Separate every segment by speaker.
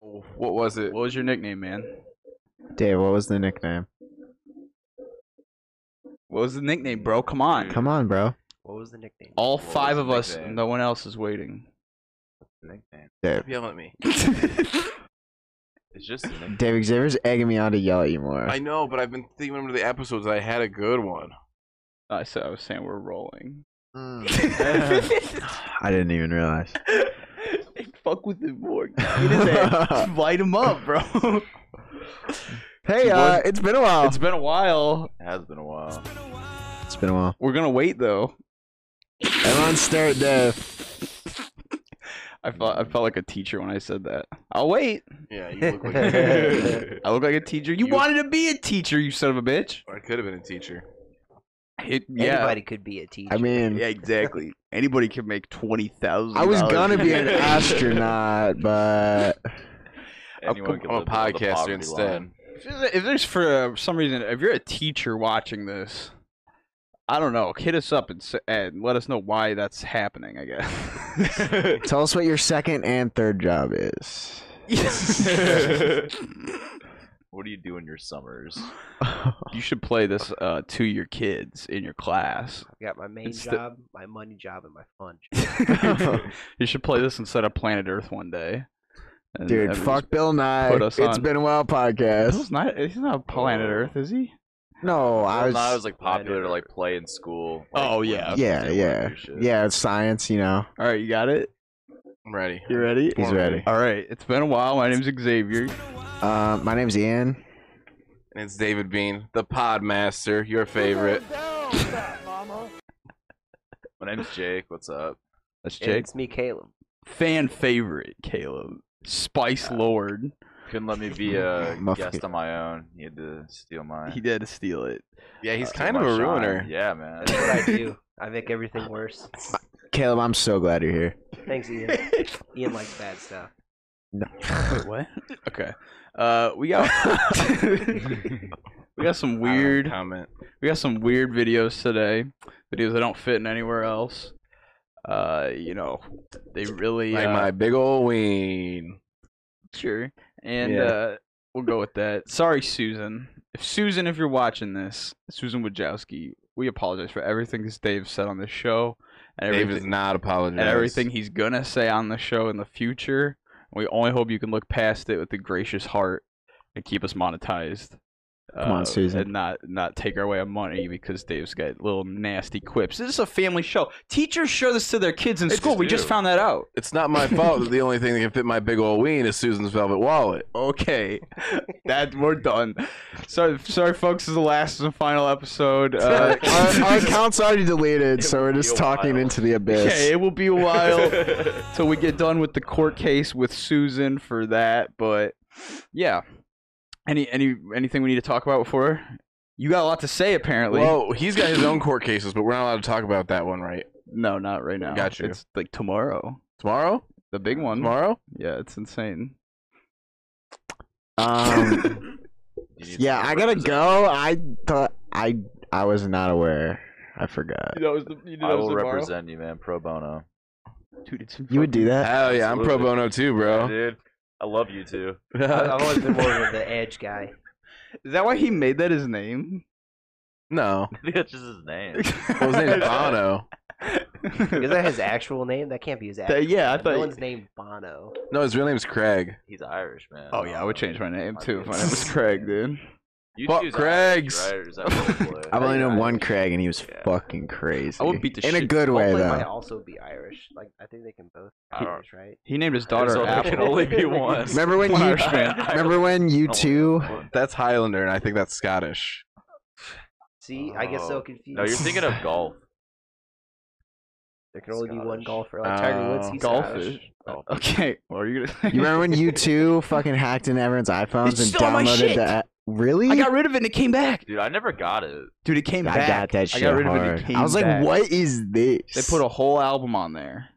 Speaker 1: What was it? What was your nickname, man?
Speaker 2: Dave, what was the nickname?
Speaker 1: What was the nickname, bro? Come on.
Speaker 2: Come on, bro.
Speaker 3: What was the nickname?
Speaker 1: All
Speaker 4: What
Speaker 1: five
Speaker 4: was
Speaker 1: of
Speaker 4: the
Speaker 1: us,
Speaker 4: nickname?
Speaker 1: and no one else is waiting.
Speaker 4: nickname.
Speaker 2: Dave.
Speaker 3: Stop yelling at me.
Speaker 4: It's just a nickname.
Speaker 2: Dave Xavier's egging me on to yell at you more.
Speaker 4: I know, but I've been thinking of the episodes. I had a good one.
Speaker 1: I said I was saying we're rolling.
Speaker 4: Hmm.
Speaker 2: I didn't even realize.
Speaker 1: Fuck with the board. Get his ass. Light him up, bro.
Speaker 2: Hey, uh, it's been a while.
Speaker 1: it's been a while.
Speaker 4: It has been a while.
Speaker 2: it's been a while.
Speaker 1: We're gonna wait though.
Speaker 2: Everyone stare at Dave.
Speaker 1: I felt I felt like a teacher when I said that. I'll wait.
Speaker 4: Yeah, you look like a
Speaker 1: I look like a teacher. You,
Speaker 4: You-
Speaker 1: wanted to be a teacher, you son of a bitch.
Speaker 4: I could have been a teacher.
Speaker 1: It- yeah,
Speaker 3: Anybody could be a teacher.
Speaker 2: I mean,
Speaker 1: yeah, exactly. Anybody can make twenty thousand.
Speaker 2: I was gonna be an astronaut, but
Speaker 1: I'm
Speaker 4: I'm, a podcaster instead.
Speaker 1: If there's- if there's for uh, some reason, if you're a teacher watching this, I don't know. Hit us up and, s- and let us know why that's happening. I guess.
Speaker 2: tell us what your second and third job is.
Speaker 4: What do you do in your summers?
Speaker 1: you should play this uh, to your kids in your class.
Speaker 3: I've got my main
Speaker 1: it's the-
Speaker 3: job, my money job, and my fun job.
Speaker 1: you should play this instead of Planet Earth one day. And
Speaker 2: Dude,
Speaker 1: everyone's-
Speaker 2: fuck Bill Nye.
Speaker 1: put us
Speaker 2: It's
Speaker 1: on-
Speaker 2: been a while
Speaker 1: Bill's
Speaker 2: podcast.
Speaker 1: not. He's not Planet Earth, is he?
Speaker 2: No, I
Speaker 4: Well,
Speaker 2: was.
Speaker 4: no, I was like popular to like play in school. like,
Speaker 1: Oh,
Speaker 4: when
Speaker 1: yeah.
Speaker 4: you
Speaker 2: yeah,
Speaker 4: did
Speaker 2: yeah,
Speaker 4: weird shit.
Speaker 2: yeah. It's science, you know.
Speaker 1: All right, you got it.
Speaker 4: I'm ready.
Speaker 1: You ready?
Speaker 2: He's ready.
Speaker 1: All right. It's been a while. My name's Xavier.
Speaker 2: Uh, my name's Ian.
Speaker 4: And it's David Bean, the Podmaster, your favorite. My name's Jake. What's up?
Speaker 1: That's
Speaker 3: And
Speaker 1: Jake.
Speaker 3: It's me, Caleb.
Speaker 1: fan favorite, Caleb. Spice Lord.
Speaker 4: Couldn't let me be a
Speaker 2: Muff-
Speaker 4: guest on my own. He had to steal my.
Speaker 1: He did steal it.
Speaker 4: yeah, he's
Speaker 1: uh,
Speaker 4: kind of
Speaker 1: my
Speaker 4: a
Speaker 1: shine.
Speaker 4: ruiner. Yeah, man.
Speaker 3: That's what I do. I make everything worse.
Speaker 2: Caleb, I'm so glad you're here.
Speaker 3: Thanks, Ian. Ian likes bad stuff.
Speaker 1: Wait, what? Okay. Uh, we got we got some weird
Speaker 4: comment.
Speaker 1: we got some weird videos today. Videos that don't fit in anywhere else. Uh, you know, they really
Speaker 4: Like
Speaker 1: uh,
Speaker 4: my big ol' ween.
Speaker 1: Sure. And
Speaker 4: Yeah.
Speaker 1: uh, we'll go with that. Sorry, Susan. If Susan, if you're watching this, Susan Wojcicki, we apologize for everything this Dave said on this show and
Speaker 4: Dave
Speaker 1: everything,
Speaker 4: is not apologizing.
Speaker 1: and everything he's gonna say on the show in the future. We only hope you can look past it with a gracious heart and keep us monetized. Uh,
Speaker 2: Come on, Susan.
Speaker 1: and not not take our way of money because Dave's got little nasty quips. This is a family show. Teachers show this to their kids in
Speaker 4: They
Speaker 1: school.
Speaker 4: just
Speaker 1: we just
Speaker 4: do.
Speaker 1: found that out.
Speaker 4: It's not my fault that the only thing that can fit my big ol' ween is Susan's velvet wallet.
Speaker 1: okay that we're done sorry sorry folks this is the last and final episode uh,
Speaker 2: our, our account's already deleted, so we're just
Speaker 4: be a while.
Speaker 2: talking into the abyss.
Speaker 1: okay it will be a while till we get done with the court case with susan for that but yeah any any anything we need to talk about before you got a lot to say apparently
Speaker 4: Well, he's got his own court cases, but we're not allowed to talk about that one, right?
Speaker 1: no not right now
Speaker 4: Got you.
Speaker 1: it's like tomorrow
Speaker 4: Tomorrow?
Speaker 1: the big one
Speaker 4: Tomorrow?
Speaker 1: yeah it's insane
Speaker 2: Um, yeah, I gotta go. I thought I I was not aware. I forgot.
Speaker 1: that was the, you
Speaker 5: I will represent you, man, pro bono.
Speaker 1: Dude, it's in
Speaker 2: You would
Speaker 1: fucking-
Speaker 2: do that?
Speaker 4: Hell yeah, I'm pro
Speaker 5: Absolutely.
Speaker 4: bono too,
Speaker 5: Yeah,
Speaker 4: bro.
Speaker 5: dude. I love you too.
Speaker 3: I- I've always been more of the edge guy.
Speaker 1: is that why he made that his name
Speaker 4: no.
Speaker 5: That's just his name.
Speaker 4: Well, his name's Bono.
Speaker 3: Is that his actual name? That can't be his actual
Speaker 1: That- Uh, yeah, I
Speaker 3: name.
Speaker 1: thought-
Speaker 3: No one's named Bono.
Speaker 4: No, his real name's Craig.
Speaker 5: He's Irish, man.
Speaker 1: Oh yeah, I would change my name too if my name was Craig, dude.
Speaker 5: You
Speaker 4: Fuck
Speaker 5: choose
Speaker 4: Craigs.
Speaker 5: Irish, right? Or is that what you play?
Speaker 2: I've only known one Craig, and he was
Speaker 5: Yeah.
Speaker 2: fucking crazy.
Speaker 1: I would beat the
Speaker 2: in a
Speaker 1: shit-
Speaker 2: good way
Speaker 3: Oakland might
Speaker 2: though.
Speaker 3: also be Irish. Like I think they can both
Speaker 5: I
Speaker 3: be
Speaker 5: don't-
Speaker 3: Irish, right?
Speaker 1: He named his daughter
Speaker 5: There's only-
Speaker 1: Apple.
Speaker 5: There can only be one.
Speaker 2: Remember when
Speaker 1: One
Speaker 2: you
Speaker 1: Irishman.
Speaker 2: remember when you
Speaker 5: Don't
Speaker 2: two?
Speaker 5: worry.
Speaker 4: That's Highlander, and I think that's Scottish.
Speaker 3: See, I get so
Speaker 5: Oh.
Speaker 3: confused.
Speaker 5: No, you're thinking of golf.
Speaker 3: there can only be one
Speaker 5: Scottish.
Speaker 3: golfer. Like Tiger Woods,
Speaker 4: Oh,
Speaker 3: he's
Speaker 1: golf
Speaker 3: Scottish.
Speaker 1: is- Okay, what are you gonna?
Speaker 2: You remember when you two fucking hacked into everyone's iPhones
Speaker 1: They
Speaker 2: and
Speaker 1: stole my
Speaker 2: downloaded
Speaker 1: shit!
Speaker 2: the app? Really?
Speaker 1: I got rid of it and it came back,
Speaker 5: Dude, I never got it.
Speaker 1: dude. It came
Speaker 2: I
Speaker 1: back.
Speaker 2: got that
Speaker 1: I
Speaker 2: shit
Speaker 1: got rid
Speaker 2: hard.
Speaker 1: of it. It came
Speaker 2: I was like,
Speaker 1: back.
Speaker 2: what is this?
Speaker 1: They put a whole album on there.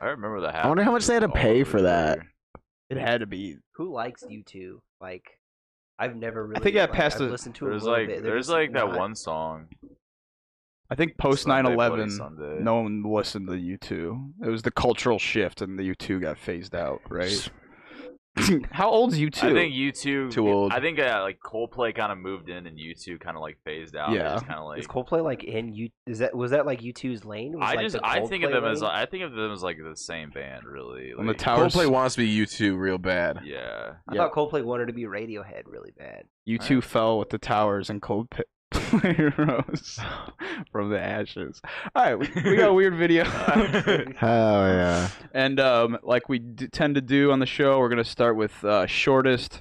Speaker 5: I remember the half.
Speaker 2: wonder how much they had to pay for that.
Speaker 1: It had to be.
Speaker 3: Who likes you two? Like I've never really.
Speaker 1: think I
Speaker 3: like,
Speaker 1: passed
Speaker 3: I've
Speaker 1: a-
Speaker 3: listened to a
Speaker 5: There's
Speaker 3: little
Speaker 5: like,
Speaker 3: bit. They're
Speaker 5: there's
Speaker 3: just
Speaker 5: like that
Speaker 3: not-
Speaker 5: one song.
Speaker 1: I think post
Speaker 5: Sunday,
Speaker 1: 9
Speaker 5: Bloody
Speaker 1: 11,
Speaker 5: Sunday.
Speaker 1: no one listened to U2. It was the cultural shift, and the U2 got phased out, right? How old's you two?
Speaker 5: I think you two.
Speaker 1: Too old.
Speaker 5: I think uh, like Coldplay kind of moved in, and you two kind of like phased out.
Speaker 1: Yeah.
Speaker 5: kind of like.
Speaker 3: Is Coldplay like in you? Is that was that like U2's lane? Was,
Speaker 5: I
Speaker 3: like,
Speaker 5: just
Speaker 3: the
Speaker 5: I think of
Speaker 3: Coldplay
Speaker 5: them as
Speaker 3: lane?
Speaker 5: like, I think of them as like the same band really.
Speaker 1: On the
Speaker 5: like-
Speaker 1: towers,
Speaker 4: Coldplay wants to be you two real bad.
Speaker 5: Yeah.
Speaker 3: I thought Coldplay wanted to be Radiohead really bad.
Speaker 1: you two fell with the towers and cold pit. rose from the ashes. All right, we, we got a weird video.
Speaker 2: Hell yeah.
Speaker 1: And um, like we d- tend to do on the show, we're gonna start with uh, shortest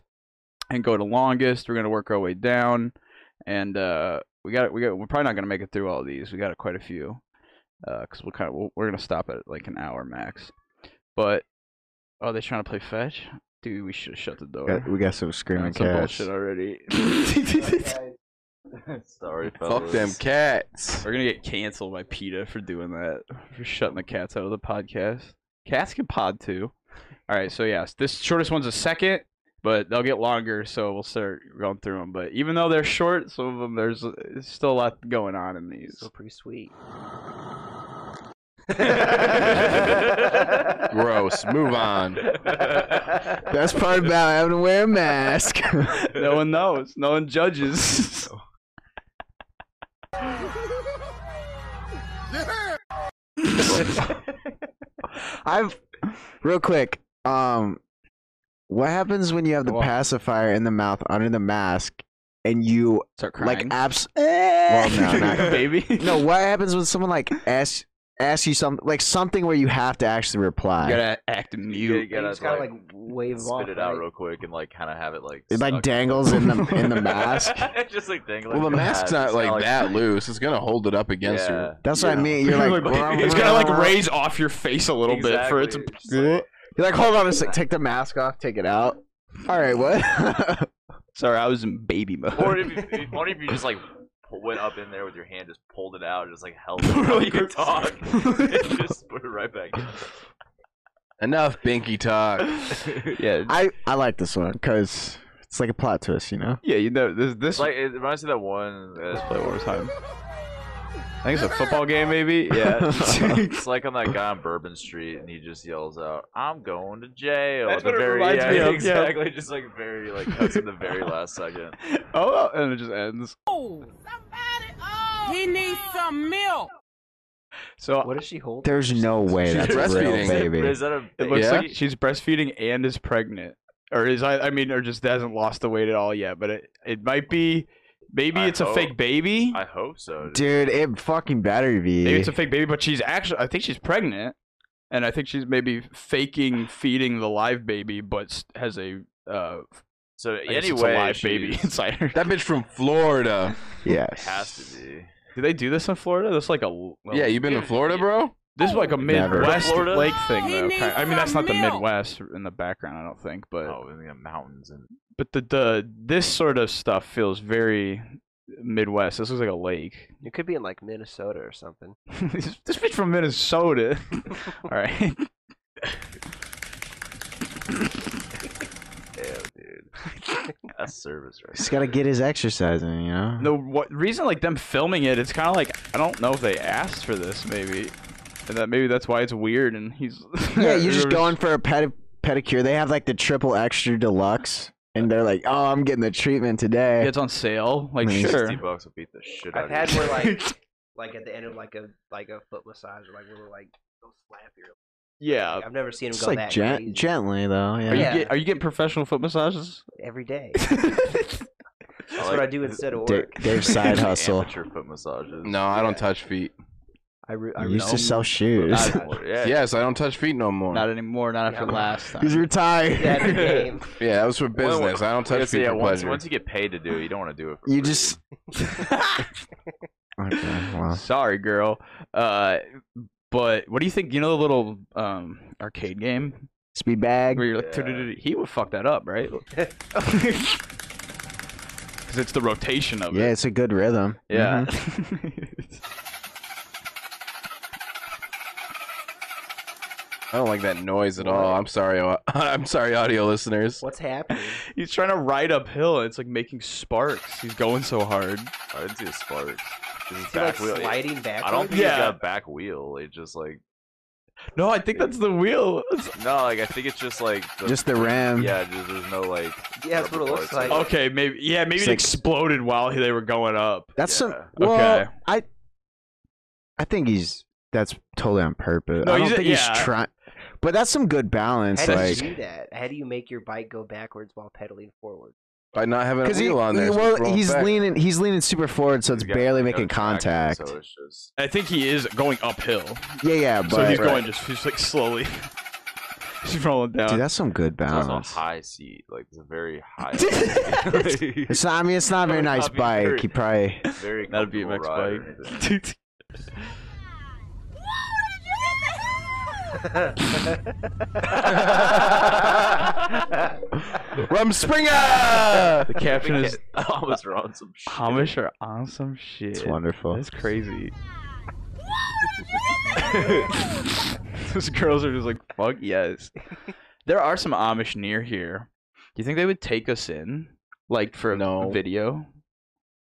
Speaker 1: and go to longest. We're gonna work our way down, and uh, we got we got we're probably not gonna make it through all these. We got quite a few because we'll kind of we'll, we're gonna stop at like an hour max. But are they trying to play fetch? Dude, we should have shut the door.
Speaker 2: Got- we got some screaming
Speaker 1: That's some
Speaker 2: cats.
Speaker 1: bullshit already.
Speaker 5: Sorry,
Speaker 4: Fuck them cats.
Speaker 1: we're gonna get canceled by PETA for doing that for shutting the cats out of the podcast. Cats can pod too. All right, so yes, this shortest one's a second, but they'll get longer, so we'll start going through them. But even though they're short, some of them there's uh, still a lot going on in these.
Speaker 3: So pretty sweet.
Speaker 4: Gross. Move on.
Speaker 2: Best part about having to wear a mask.
Speaker 1: no one knows. No one judges.
Speaker 2: I've real quick. Um, what happens when you have the
Speaker 1: Go on.
Speaker 2: pacifier in the mouth under the mask and you
Speaker 1: Start
Speaker 2: like
Speaker 1: crying.
Speaker 2: abs? Well, no, not-
Speaker 1: baby.
Speaker 2: no. What happens when someone like asks asks you something like something where you have to actually reply?
Speaker 1: you gotta act
Speaker 5: You
Speaker 1: mute.
Speaker 3: You
Speaker 5: gotta,
Speaker 3: just gotta like,
Speaker 5: like,
Speaker 3: wave 'em off.
Speaker 5: spit it out
Speaker 3: right?
Speaker 5: real quick and like kind of have it like.
Speaker 2: it like
Speaker 5: stuck.
Speaker 2: dangles in the in the mask.
Speaker 5: just like dangling.
Speaker 4: Well, the
Speaker 5: in
Speaker 4: mask's
Speaker 5: mask.
Speaker 4: not
Speaker 5: It's
Speaker 4: like,
Speaker 5: kinda
Speaker 4: that loose. It's gonna hold it up against
Speaker 5: Yeah.
Speaker 4: you.
Speaker 2: That's what I
Speaker 4: Yeah.
Speaker 2: mean. You're like,
Speaker 1: it's gotta like raise off your face a little bit for it to.
Speaker 5: Exactly. Just,
Speaker 2: You're like, hold on a sec. Take the mask off. Take it out. All right, what?
Speaker 1: Sorry, I was in baby mode.
Speaker 5: Or if, you- if, or if you just like pu- went up in there with your hand, just pulled it out, and just like held it
Speaker 1: Really?
Speaker 5: really your tongue, and just put it right back. in.
Speaker 4: Enough binky talk.
Speaker 1: yeah,
Speaker 2: I I like this one because it's like a plot twist, you know.
Speaker 1: yeah, you know this.
Speaker 5: It's
Speaker 1: This
Speaker 5: like it reminds me of that one.
Speaker 1: Let's
Speaker 5: uh,
Speaker 1: play one more time. I think it's a football game, maybe. Yeah.
Speaker 5: It's like on that guy on Bourbon Street, and he just yells out, "I'm going to jail."
Speaker 1: That's
Speaker 5: at the
Speaker 1: what it
Speaker 5: very,
Speaker 1: reminds
Speaker 5: yeah,
Speaker 1: me of, yeah.
Speaker 5: Exactly, just like very like cuts in the very last second.
Speaker 1: oh, and it just ends.
Speaker 6: He needs some milk.
Speaker 1: So
Speaker 3: What is she holding?
Speaker 2: There's no way
Speaker 4: She's
Speaker 2: that's a real
Speaker 4: breastfeeding.
Speaker 2: baby.
Speaker 5: Is that a?
Speaker 1: it looks
Speaker 4: Yeah.
Speaker 1: like she's breastfeeding and is pregnant, or is I? I mean, or just hasn't lost the weight at all yet. But it it might be. Maybe
Speaker 5: I
Speaker 1: it's a
Speaker 5: hope-
Speaker 1: fake baby.
Speaker 5: I hope so. dude.
Speaker 2: Dude, it fucking better be.
Speaker 1: maybe it's a fake baby, but she's actually. I think she's pregnant, and I think she's maybe faking feeding the live baby, but s- has a. Uh,
Speaker 5: So
Speaker 1: I guess
Speaker 5: anyway,
Speaker 1: it's a live baby
Speaker 5: she's-
Speaker 1: inside her.
Speaker 4: That bitch from Florida.
Speaker 2: yes.
Speaker 5: has to be.
Speaker 1: Do they do this in Florida? That's like a. well,
Speaker 4: yeah, you been to Florida, bro?
Speaker 1: This is like a
Speaker 2: Oh. Never.
Speaker 1: Midwest
Speaker 5: Florida?
Speaker 1: lake thing,
Speaker 6: He
Speaker 1: though.
Speaker 6: needs
Speaker 1: kind- I mean, that's
Speaker 6: some
Speaker 1: not the
Speaker 6: milk.
Speaker 1: Midwest in the background, I don't think. But
Speaker 5: Oh, in the mountains and
Speaker 1: but the, the this sort of stuff feels very Midwest. This looks like a lake.
Speaker 3: It could be in like Minnesota or something.
Speaker 1: this, this bitch from Minnesota. All right,
Speaker 5: yeah, dude. That's service right
Speaker 2: He's gotta get his exercise in, you know.
Speaker 1: the what, reason like them filming it, it's kind of like I don't know if they asked for this, maybe, and that maybe that's why it's weird. And he's
Speaker 2: Yeah, you're just going for a pedi- pedicure. They have like the triple extra deluxe, and they're like, "Oh, I'm getting the treatment
Speaker 1: Yeah,
Speaker 2: today."
Speaker 1: It's on sale, like
Speaker 2: Mm.
Speaker 1: sure.
Speaker 5: 60 bucks will beat the shit
Speaker 3: I've
Speaker 5: out
Speaker 3: had
Speaker 5: of you.
Speaker 3: one like like at the end of like a like a foot massage or like where like they'll slap your.
Speaker 1: Yeah.
Speaker 3: Like, I've never seen him
Speaker 2: Just
Speaker 3: go
Speaker 2: like
Speaker 3: that
Speaker 2: gent-
Speaker 3: crazy
Speaker 2: gently though. Yeah.
Speaker 1: Are you
Speaker 3: Yeah.
Speaker 1: get, are you getting professional foot massages?
Speaker 3: every day.
Speaker 5: I
Speaker 3: That's
Speaker 5: like uh,
Speaker 3: what I do instead of
Speaker 2: Da-
Speaker 3: work.
Speaker 2: Dave's side hustle.
Speaker 5: Amateur foot massages.
Speaker 4: No, I don't touch feet.
Speaker 3: I, re- I
Speaker 2: He used
Speaker 3: know.
Speaker 2: to sell shoes.
Speaker 5: Not anymore. yeah.
Speaker 4: Yes, I don't touch feet no more.
Speaker 1: Not anymore. Not after
Speaker 3: Yeah.
Speaker 1: last time.
Speaker 2: He's retired.
Speaker 3: That's the game.
Speaker 4: yeah, that was for
Speaker 5: Well,
Speaker 4: business. I don't
Speaker 5: Yeah,
Speaker 4: touch
Speaker 5: so
Speaker 4: feet
Speaker 5: yeah,
Speaker 4: for
Speaker 5: once,
Speaker 4: pleasure.
Speaker 5: once you get paid to do it, you don't want to do it for
Speaker 2: You
Speaker 5: free.
Speaker 2: just. okay, well.
Speaker 1: Sorry, girl. Uh, but what do you think? You know the little um arcade game
Speaker 2: Speed bag.
Speaker 1: where you're like,
Speaker 5: Yeah.
Speaker 1: "Du-du-du-du-du." he would fuck that up, right? Because it's the rotation of
Speaker 2: Yeah,
Speaker 1: it.
Speaker 2: it's a good rhythm.
Speaker 1: Yeah.
Speaker 2: Mhm.
Speaker 4: I don't like that noise at all. I'm sorry. au- I'm sorry, audio listeners.
Speaker 3: What's happening?
Speaker 1: He's trying to ride uphill. and It's like making sparks. He's going so hard.
Speaker 5: I didn't see the sparks.
Speaker 3: Is
Speaker 5: This is
Speaker 3: he, like
Speaker 5: back wheel.
Speaker 3: sliding backwards?
Speaker 5: I don't think
Speaker 1: Yeah.
Speaker 5: yeah. got back wheel. It just like
Speaker 1: No, I think that's the wheel.
Speaker 5: No, like I think it's just like the,
Speaker 2: Mm-hmm. Just the RAM.
Speaker 5: yeah, just, there's no like.
Speaker 3: Yeah, that's what it looks like.
Speaker 1: Okay, maybe yeah, maybe it
Speaker 2: Six.
Speaker 1: exploded while they were going up.
Speaker 2: That's some.
Speaker 5: Yeah.
Speaker 2: Well,
Speaker 1: Okay.
Speaker 2: I. I think he's. That's totally on purpose.
Speaker 1: No,
Speaker 2: I don't
Speaker 1: he's-
Speaker 2: think
Speaker 1: yeah.
Speaker 2: he's trying. But that's some good balance.
Speaker 3: How do
Speaker 2: Like,
Speaker 3: you do that? How do you make your bike go backwards while pedaling forward?
Speaker 4: By not having a wheel
Speaker 2: he,
Speaker 4: on there.
Speaker 2: he-
Speaker 4: so you
Speaker 2: well,
Speaker 4: roll
Speaker 2: he's
Speaker 4: back.
Speaker 2: leaning. He's leaning super forward, so it's
Speaker 5: He's got
Speaker 2: barely
Speaker 5: no
Speaker 2: making
Speaker 5: traction,
Speaker 2: contact.
Speaker 5: So it's just
Speaker 1: I think he is going uphill,
Speaker 2: Yeah, yeah, but
Speaker 1: so he's going just he's like slowly. he's rolling down.
Speaker 2: dude, that's some good
Speaker 5: it's also a
Speaker 2: balance.
Speaker 5: high seat. Like it's a very high.
Speaker 2: It's not. I mean, it's not a very
Speaker 5: It's
Speaker 2: nice
Speaker 5: not very-
Speaker 2: bike. He probably.
Speaker 5: very.
Speaker 1: That'd be a mixed
Speaker 5: comfortable ride or anything.
Speaker 1: Dude,
Speaker 4: Rum Springer!
Speaker 1: the caption is
Speaker 5: I almost wrong some shit.
Speaker 1: Hamish are on some shit.
Speaker 2: It's wonderful.
Speaker 1: That's crazy. Those girls are just like, fuck yes. There are some Amish near here. Do you think they would take us in? Like for a
Speaker 4: No. video?
Speaker 1: video?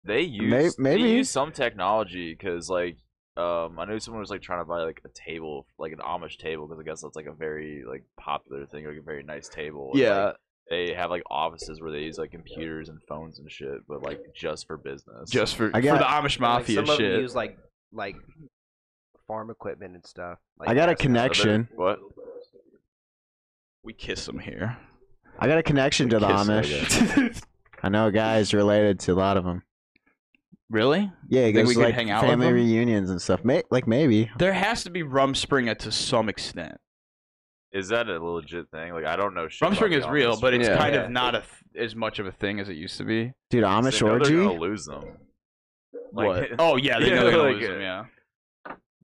Speaker 5: They use
Speaker 2: May-
Speaker 5: they
Speaker 2: maybe.
Speaker 5: use some technology because like um I knew someone was like trying to buy like a table like an Amish table because I guess that's like a very like popular thing like a very nice table. and,
Speaker 1: yeah.
Speaker 5: like, they have like offices where they use like computers and phones and shit, but like just for business.
Speaker 1: Just for,
Speaker 2: I
Speaker 1: for
Speaker 2: got-
Speaker 1: the Amish
Speaker 3: Like,
Speaker 1: mafia
Speaker 3: some of them
Speaker 1: shit.
Speaker 3: use like like farm equipment and stuff. Like uh,
Speaker 2: I got a
Speaker 3: grass and
Speaker 5: So they're-
Speaker 2: connection.
Speaker 5: What?
Speaker 1: we kiss them here.
Speaker 2: I got a connection to the
Speaker 4: Kiss my
Speaker 2: Amish. I know guys related to a lot of them.
Speaker 1: really?
Speaker 2: Yeah, it
Speaker 1: Think we
Speaker 2: goes to,
Speaker 1: could
Speaker 2: like
Speaker 1: hang out with
Speaker 2: family
Speaker 1: them?
Speaker 2: reunions and stuff. May- like maybe.
Speaker 1: There has to be Rumspringa to some extent.
Speaker 5: Is that a legit thing? Like I don't know shit. about
Speaker 1: Rumspringa is
Speaker 5: the
Speaker 1: real,
Speaker 5: Amish,
Speaker 1: but it's
Speaker 4: Yeah.
Speaker 1: kind
Speaker 3: Yeah.
Speaker 1: of not a th- as much of a thing as it used to be.
Speaker 2: Dude,
Speaker 5: they
Speaker 2: Amish
Speaker 5: know They're
Speaker 2: orgy.
Speaker 5: gonna lose them.
Speaker 1: What?
Speaker 5: Like,
Speaker 1: Oh yeah, they
Speaker 5: Yeah,
Speaker 1: know they're gonna
Speaker 5: like,
Speaker 1: lose him,
Speaker 5: uh,
Speaker 1: Yeah.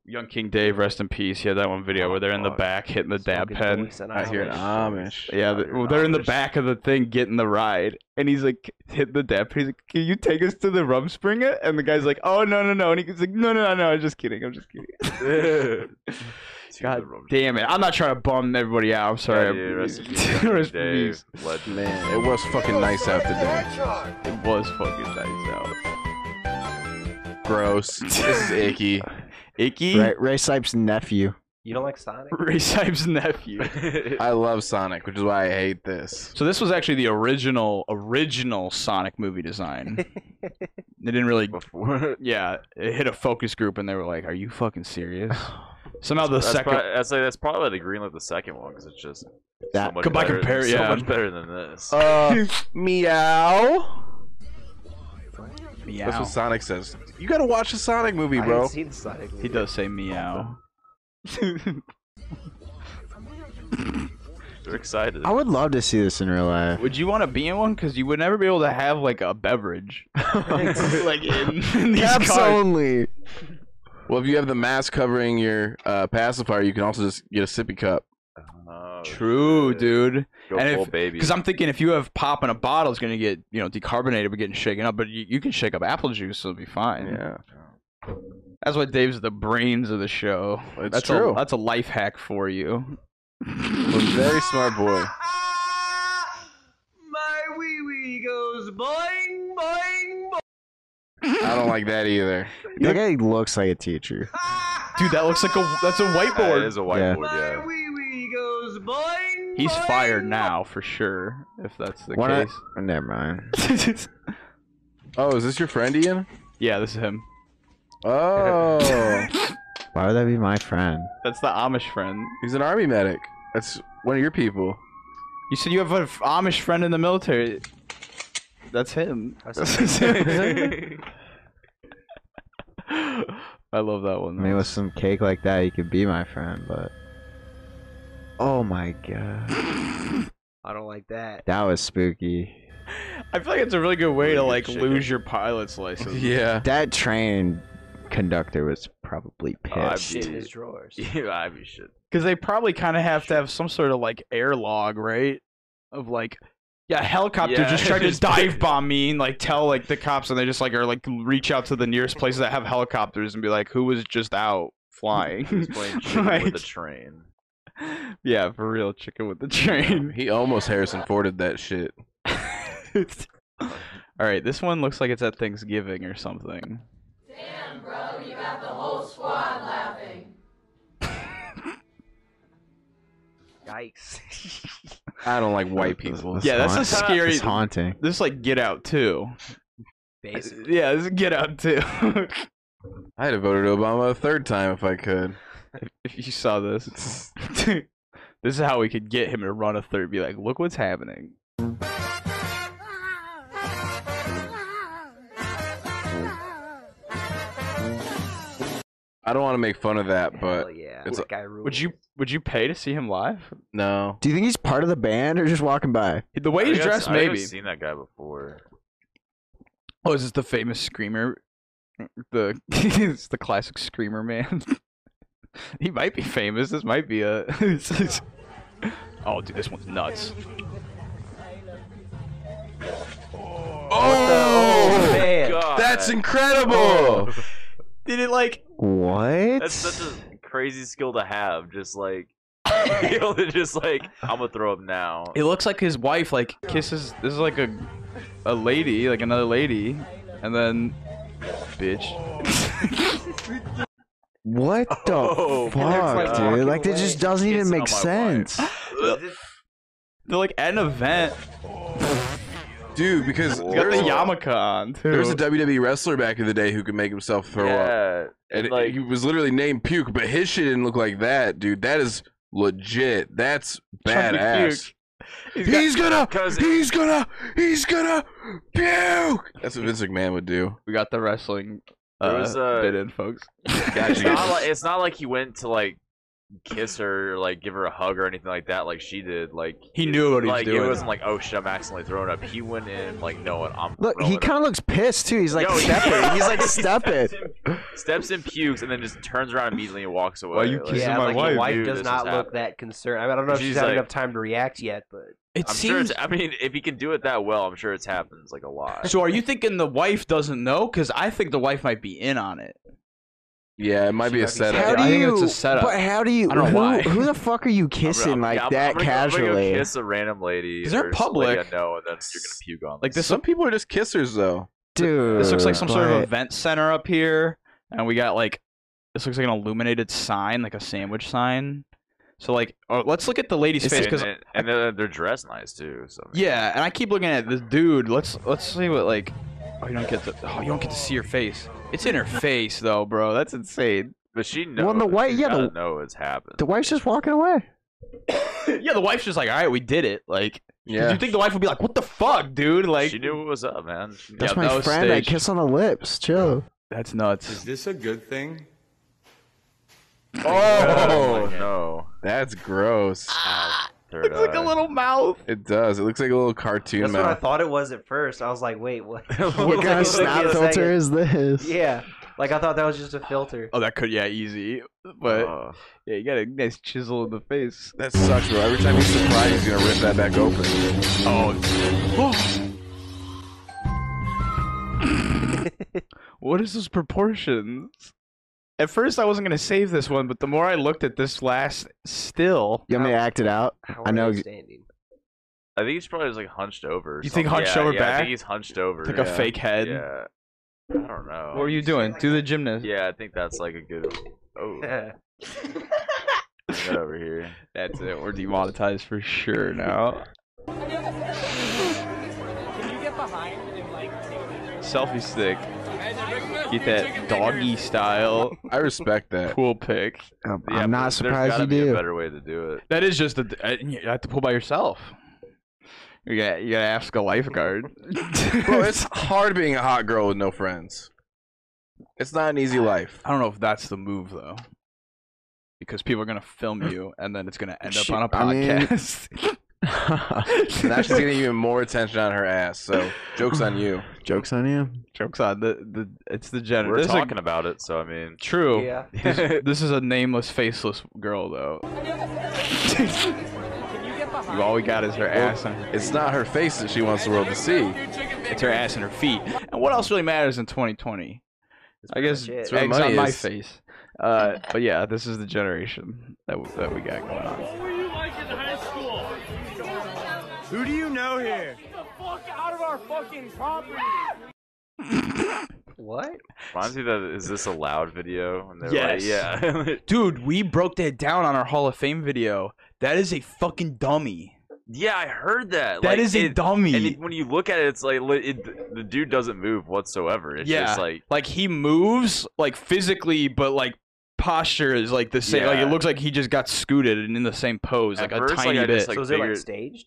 Speaker 1: Young King Dave, rest in peace. He had that one video
Speaker 5: Oh,
Speaker 1: where they're in the
Speaker 5: fuck.
Speaker 1: back hitting the dab
Speaker 3: smoking
Speaker 1: pen.
Speaker 3: joints and
Speaker 4: I hear an
Speaker 3: Amish.
Speaker 4: Amish.
Speaker 1: Yeah, the,
Speaker 5: you're
Speaker 1: well, they're in the
Speaker 5: Amish.
Speaker 1: back of the thing getting the ride, and he's like hit the dab. He's like, "Can you take us to the Rumspringa?" And the guy's like, "Oh no, no, no!" And he's like, "No, no, no, no! I'm just kidding. I'm just kidding."
Speaker 5: To
Speaker 1: God
Speaker 5: the Rumspringa.
Speaker 1: damn it! I'm not trying to bum everybody out. I'm
Speaker 5: Yeah,
Speaker 1: sorry.
Speaker 5: dude, rest in peace,
Speaker 1: Rest
Speaker 5: Dave.
Speaker 1: in peace.
Speaker 5: Legend.
Speaker 4: Man, it was fucking nice out today.
Speaker 1: It was fucking nice out.
Speaker 4: Gross. This is icky.
Speaker 1: Icky,
Speaker 2: Ray, Ray Sipes' nephew.
Speaker 3: You don't like Sonic?
Speaker 1: Ray Sipes' nephew.
Speaker 4: I love Sonic, which is why I hate this.
Speaker 1: So this was actually the original original Sonic movie design. they didn't really
Speaker 5: Before.
Speaker 1: yeah, it hit a focus group and they were like, "Are you fucking serious?" Somehow the
Speaker 5: That's,
Speaker 1: second
Speaker 5: probably, that's, like, that's probably the green light the second one because it's just so
Speaker 2: That-
Speaker 5: much
Speaker 1: Could by
Speaker 5: better,
Speaker 1: compar-
Speaker 5: so
Speaker 1: yeah.
Speaker 5: much better than this.
Speaker 4: Uh, meow.
Speaker 1: meow.
Speaker 4: That's what Sonic says. You gotta watch the Sonic movie,
Speaker 3: I haven't
Speaker 4: bro.
Speaker 3: seen the Sonic.
Speaker 1: he
Speaker 3: movie.
Speaker 1: does say meow.
Speaker 5: We're excited.
Speaker 2: I would love to see this in real life.
Speaker 1: would you want to be in one? Because you would never be able to have like a beverage, like in, in these
Speaker 2: Caps
Speaker 1: cars.
Speaker 2: only.
Speaker 4: Well, if you have the mask covering your uh, pacifier, you can also just get a sippy cup.
Speaker 5: Oh,
Speaker 1: True,
Speaker 5: shit.
Speaker 1: dude.
Speaker 5: Go
Speaker 1: and
Speaker 5: full
Speaker 1: if-
Speaker 5: baby.
Speaker 1: Because I'm thinking if you have pop in a bottle, it's gonna get you know decarbonated, but getting shaken up. But you, you can shake up apple juice, so it'll be fine.
Speaker 4: Yeah,
Speaker 1: That's why Dave's the brains of the show.
Speaker 4: It's
Speaker 1: that's
Speaker 4: true.
Speaker 1: A, that's a life hack for you.
Speaker 4: I'm a very smart boy.
Speaker 3: My wee wee goes boing boing boing.
Speaker 4: I don't like that either.
Speaker 2: That guy looks like a teacher.
Speaker 1: Dude, that looks like a that's a
Speaker 5: That
Speaker 1: whiteboard.
Speaker 5: is a whiteboard,
Speaker 3: My
Speaker 5: yeah.
Speaker 3: wee wee goes boing.
Speaker 1: He's
Speaker 3: boing,
Speaker 1: fired now for sure. If that's the
Speaker 2: Why not?
Speaker 1: case.
Speaker 2: Oh, never mind.
Speaker 4: Oh, is this your friend Ian?
Speaker 1: yeah, this is him.
Speaker 4: Oh,
Speaker 2: Why would that be my friend?
Speaker 1: That's the Amish friend.
Speaker 4: he's an army medic. That's one of your people.
Speaker 1: You said you have an Amish friend in the military. That's him.
Speaker 3: I
Speaker 1: I love that one.
Speaker 2: I mean, with some cake like that, you could be my friend, but. Oh my god.
Speaker 3: I don't like that.
Speaker 2: That was spooky.
Speaker 1: I feel like it's a really good way to
Speaker 5: Really
Speaker 1: like
Speaker 5: good
Speaker 1: lose your pilot's license.
Speaker 4: Yeah.
Speaker 2: That train conductor was probably
Speaker 5: Oh, I'd
Speaker 2: pissed.
Speaker 3: Shit in his
Speaker 5: be,
Speaker 3: drawers.
Speaker 5: yeah, I'd be shit.
Speaker 1: Because they probably kind of have to have some sort of like air log, right? Of like, yeah, a helicopter
Speaker 5: Yeah,
Speaker 1: just tried to
Speaker 5: just-
Speaker 1: dive bomb me and like tell like the cops, and they just like are like reach out to the nearest places that have helicopters and be like, who was just out flying?
Speaker 5: He's playing chicken
Speaker 1: Right.
Speaker 5: with a train.
Speaker 1: yeah, for real, chicken with the train.
Speaker 4: He almost Harrison Forded that shit.
Speaker 1: All right, this one looks like it's at Thanksgiving or something.
Speaker 3: Yikes.
Speaker 4: I don't like white
Speaker 2: This-
Speaker 4: people.
Speaker 2: this
Speaker 1: Yeah, that's
Speaker 2: haunt-
Speaker 1: a scary-
Speaker 2: It's haunting.
Speaker 1: This is like Get Out too.
Speaker 3: Basically.
Speaker 1: Yeah, this is Get Out too.
Speaker 4: I'd have voted Obama a third time if I could.
Speaker 1: if you saw this, this is how we could get him to run a third. Be like, look what's happening.
Speaker 4: I don't want to make fun of that,
Speaker 3: Hell
Speaker 4: but
Speaker 3: yeah.
Speaker 4: it's
Speaker 3: that guy rules.
Speaker 1: Would you would you pay to see him live?
Speaker 4: no.
Speaker 2: Do you think he's part of the band or just walking by?
Speaker 1: The way he's dressed,
Speaker 5: I've,
Speaker 1: maybe.
Speaker 5: I've seen that guy before.
Speaker 1: Oh, is this the famous screamer? The it's the classic screamer man. he might be famous. This might be a. oh, dude, this one's nuts.
Speaker 4: Oh,
Speaker 3: Man.
Speaker 5: God,
Speaker 4: that's incredible.
Speaker 1: Did it like?
Speaker 2: What?
Speaker 5: That's such a crazy skill to have. Just like, be able to just like, I'm gonna throw up now.
Speaker 1: It looks like his wife like kisses. This is like a, a lady, like another lady, and then, bitch.
Speaker 2: what the
Speaker 5: Oh,
Speaker 2: fuck,
Speaker 3: like
Speaker 2: dude?
Speaker 3: walking
Speaker 2: Like that just
Speaker 3: away.
Speaker 2: doesn't even
Speaker 5: Kissing
Speaker 2: make
Speaker 5: on my wife.
Speaker 2: sense.
Speaker 3: Is it-
Speaker 1: They're like at an event.
Speaker 4: Dude, because
Speaker 1: He's got the
Speaker 4: there's-
Speaker 1: yarmulke on too.
Speaker 4: There was a WWE wrestler back in the day who could make himself throw up.
Speaker 5: yeah,
Speaker 4: And
Speaker 5: and
Speaker 4: it-
Speaker 5: like,
Speaker 4: he was literally named Puke, but his shit didn't look like that, dude. That is legit. That's
Speaker 1: Trying to
Speaker 4: badass.
Speaker 1: puke.
Speaker 4: He's,
Speaker 1: got-
Speaker 4: gonna,
Speaker 5: Cause it-
Speaker 4: he's gonna, he's gonna puke. That's what Vince McMahon would do.
Speaker 1: We got the wrestling
Speaker 5: There
Speaker 1: uh,
Speaker 5: was, uh,
Speaker 1: bit in, folks.
Speaker 4: Gotcha.
Speaker 5: it's not like it's not like he went to like kiss her, or, like give her a hug or anything like that, like she did. Like
Speaker 1: He knew what he was
Speaker 5: like
Speaker 1: doing.
Speaker 5: it wasn't like, oh shit, I'm accidentally throwing up. He went in like, no, I'm
Speaker 2: Look,
Speaker 5: throwing
Speaker 2: he
Speaker 5: up.
Speaker 2: kind of looks pissed too. He's like,
Speaker 5: Yo,
Speaker 2: step
Speaker 5: yeah.
Speaker 2: it. He's like, step it.
Speaker 5: steps in pukes and then just turns around immediately and walks away.
Speaker 1: Why you
Speaker 5: like,
Speaker 1: kissing
Speaker 3: yeah,
Speaker 1: my
Speaker 3: like
Speaker 1: wife,
Speaker 3: your wife
Speaker 5: dude,
Speaker 3: does
Speaker 5: this
Speaker 3: not
Speaker 5: is
Speaker 3: look that concerned. I, mean, I don't know if
Speaker 5: She's
Speaker 3: she's, had
Speaker 5: like-
Speaker 3: enough time to react yet, but
Speaker 1: It
Speaker 5: I'm sure.
Speaker 1: seems.
Speaker 5: It's, I mean, if he can do it that well, I'm sure it's happens like a lot.
Speaker 1: so are you thinking the wife doesn't know? Because I think the wife might be in on it.
Speaker 4: Yeah, it might
Speaker 3: She
Speaker 4: be a
Speaker 3: might be
Speaker 4: setup.
Speaker 2: How
Speaker 1: I
Speaker 2: do
Speaker 1: think
Speaker 2: you?
Speaker 1: it's a setup.
Speaker 2: But how do you?
Speaker 1: I don't know
Speaker 2: who,
Speaker 1: why.
Speaker 2: who the fuck are you
Speaker 5: I'm
Speaker 2: kissing
Speaker 5: gonna-
Speaker 2: like
Speaker 5: yeah, I'm-
Speaker 2: that
Speaker 5: I'm gonna go- I'm gonna go
Speaker 2: casually?
Speaker 5: kiss a random lady.
Speaker 1: 'Cause they're
Speaker 5: or somebody
Speaker 1: public.
Speaker 5: I know, and then you're gonna puke on.
Speaker 1: Like
Speaker 5: them.
Speaker 1: this.
Speaker 4: Some people are just kissers, though.
Speaker 2: Dude,
Speaker 1: This looks like some sort of
Speaker 2: but-
Speaker 1: event center up here, and we got like this looks like an illuminated sign, like a sandwich sign. So like, oh, let's look at the lady's face
Speaker 5: and,
Speaker 1: because
Speaker 5: then, and then they're dressed nice too. So I mean,
Speaker 1: yeah, and I keep looking at this dude. Let's let's see what like. Oh, you don't get to. Oh, you don't get to see her face. It's in her face though, bro. That's insane.
Speaker 5: but she knows.
Speaker 2: the white-
Speaker 5: she
Speaker 2: yeah, the-
Speaker 5: gotta know it's happened.
Speaker 2: The wife's just walking away.
Speaker 1: yeah, the wife's just like, all right, we did it. Like, 'cause
Speaker 4: Yeah.
Speaker 1: you think the wife would be like, what the fuck, dude? Like,
Speaker 5: she knew what was up, man. She knew.
Speaker 2: That's
Speaker 1: Yeah,
Speaker 2: my
Speaker 1: that was
Speaker 2: friend. I
Speaker 1: staged.
Speaker 2: kiss on the lips. Chill.
Speaker 1: that's nuts.
Speaker 6: this a good thing?
Speaker 4: Oh,
Speaker 5: no,
Speaker 4: that's gross.
Speaker 5: third
Speaker 1: It's like a
Speaker 5: eye.
Speaker 1: little mouth.
Speaker 4: It does. It looks like a little cartoon
Speaker 3: that's what I
Speaker 4: mouth.
Speaker 3: thought it was at first. I was like, wait, what?
Speaker 2: What kind of
Speaker 3: Wait a
Speaker 2: snap
Speaker 3: second.
Speaker 2: filter is this?
Speaker 3: Yeah, like I thought that was just a filter.
Speaker 1: Oh, that could yeah, easy. But
Speaker 5: Ugh.
Speaker 1: yeah, you got a nice chisel in the face.
Speaker 4: That sucks, bro. Every time he's surprised, he's gonna rip that back open.
Speaker 1: Oh. What is those proportions? At first, I wasn't gonna save this one, but the more I looked at this last still,
Speaker 2: You want me to act it out?
Speaker 3: How
Speaker 2: I
Speaker 3: are
Speaker 2: know-
Speaker 3: they standing.
Speaker 5: I think he's probably just like hunched over. or
Speaker 1: You think
Speaker 5: something.
Speaker 1: hunched
Speaker 5: yeah,
Speaker 1: over
Speaker 5: yeah, I
Speaker 1: back?
Speaker 5: think he's hunched over.
Speaker 1: like
Speaker 5: yeah.
Speaker 1: a fake head.
Speaker 5: Yeah. I don't know.
Speaker 1: What were you doing? Do the gymnast.
Speaker 5: Yeah, I think that's like a good. Oh, get over here.
Speaker 1: That's it. We're demonetized for sure now. Selfie stick. Get that doggy style
Speaker 4: I respect that.
Speaker 1: pool pick.
Speaker 2: Um,
Speaker 5: Yeah,
Speaker 2: I'm
Speaker 5: but
Speaker 2: not
Speaker 5: There's
Speaker 2: surprised
Speaker 5: gotta
Speaker 2: you
Speaker 5: be a
Speaker 2: do.
Speaker 5: better way to do it.
Speaker 1: That is just a. uh, You have to pull by yourself. You got you got to ask a lifeguard.
Speaker 4: Bro, it's hard being a hot girl with no friends. It's not an easy life.
Speaker 1: I don't know if that's the move though, because people are gonna film you and then it's gonna end up
Speaker 2: Shit,
Speaker 1: on a
Speaker 2: I mean-
Speaker 1: podcast.
Speaker 4: And now she's getting even more attention on her ass. So jokes on you.
Speaker 2: Jokes on you.
Speaker 1: Jokes on the the it's the gender.
Speaker 5: We're
Speaker 1: this is a-
Speaker 5: talking about it, so I mean,
Speaker 1: true.
Speaker 3: Yeah.
Speaker 1: This, this is a nameless, faceless girl though. All we got is her ass and her
Speaker 4: It's not her face that she wants the world to see.
Speaker 1: It's her ass and her feet. And what else really matters in 2020? I guess
Speaker 3: pretty much
Speaker 1: it's
Speaker 3: it.
Speaker 4: where
Speaker 1: eggs
Speaker 4: money
Speaker 1: on my
Speaker 4: is.
Speaker 1: face. Uh, but yeah, this is the generation that w- that we got going on.
Speaker 6: Who do you know here?
Speaker 3: What?
Speaker 5: reminds me that is this a loud video? And they're
Speaker 1: Yes.
Speaker 5: Like, yeah.
Speaker 1: Dude, we broke that down on our Hall of Fame video. That is a fucking dummy.
Speaker 5: Yeah, I heard that.
Speaker 1: That
Speaker 5: Like,
Speaker 1: is a
Speaker 5: it-
Speaker 1: dummy.
Speaker 5: And it- when you look at it, it's like li- it, the dude doesn't move whatsoever. It's
Speaker 1: Yeah.
Speaker 5: just like
Speaker 1: like he moves like physically, but like posture is like the same. Like it
Speaker 5: Yeah.
Speaker 1: looks like he just got scooted and in the same pose,
Speaker 5: At
Speaker 1: like
Speaker 5: first,
Speaker 1: a
Speaker 5: like,
Speaker 1: tiny
Speaker 5: I
Speaker 1: bit
Speaker 5: just, like,
Speaker 3: so is it like
Speaker 5: figured-
Speaker 3: staged?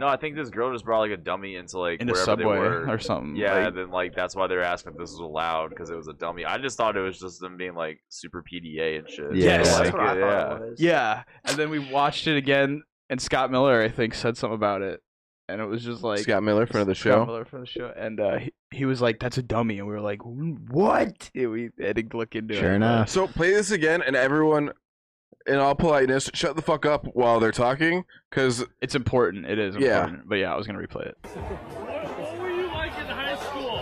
Speaker 5: no, I think this girl just brought like a dummy into like
Speaker 1: in the
Speaker 5: wherever
Speaker 1: subway
Speaker 5: they were.
Speaker 1: or something.
Speaker 5: yeah,
Speaker 1: like-
Speaker 5: and then like that's why they were asking if this was allowed because it was a dummy. I just thought it was just them being like super PDA and shit.
Speaker 2: Yes.
Speaker 5: So,
Speaker 1: Yes.
Speaker 5: like,
Speaker 3: That's what I
Speaker 5: yeah.
Speaker 3: thought it was.
Speaker 1: yeah. And then we watched it again, and Scott Miller, I think, said something about it, and it was just like
Speaker 4: Scott Miller, friend of the
Speaker 1: Scott
Speaker 4: show.
Speaker 1: Miller from the show, and uh, he, he was like, "That's a dummy," and we were like, "What?" And we had to look into it.
Speaker 2: Sure enough.
Speaker 4: So play this again, and everyone, in all politeness, shut the fuck up while they're talking, because
Speaker 1: It's important. It is
Speaker 4: Yeah.
Speaker 1: important. But yeah, I was gonna replay it.
Speaker 7: What were you like in high school?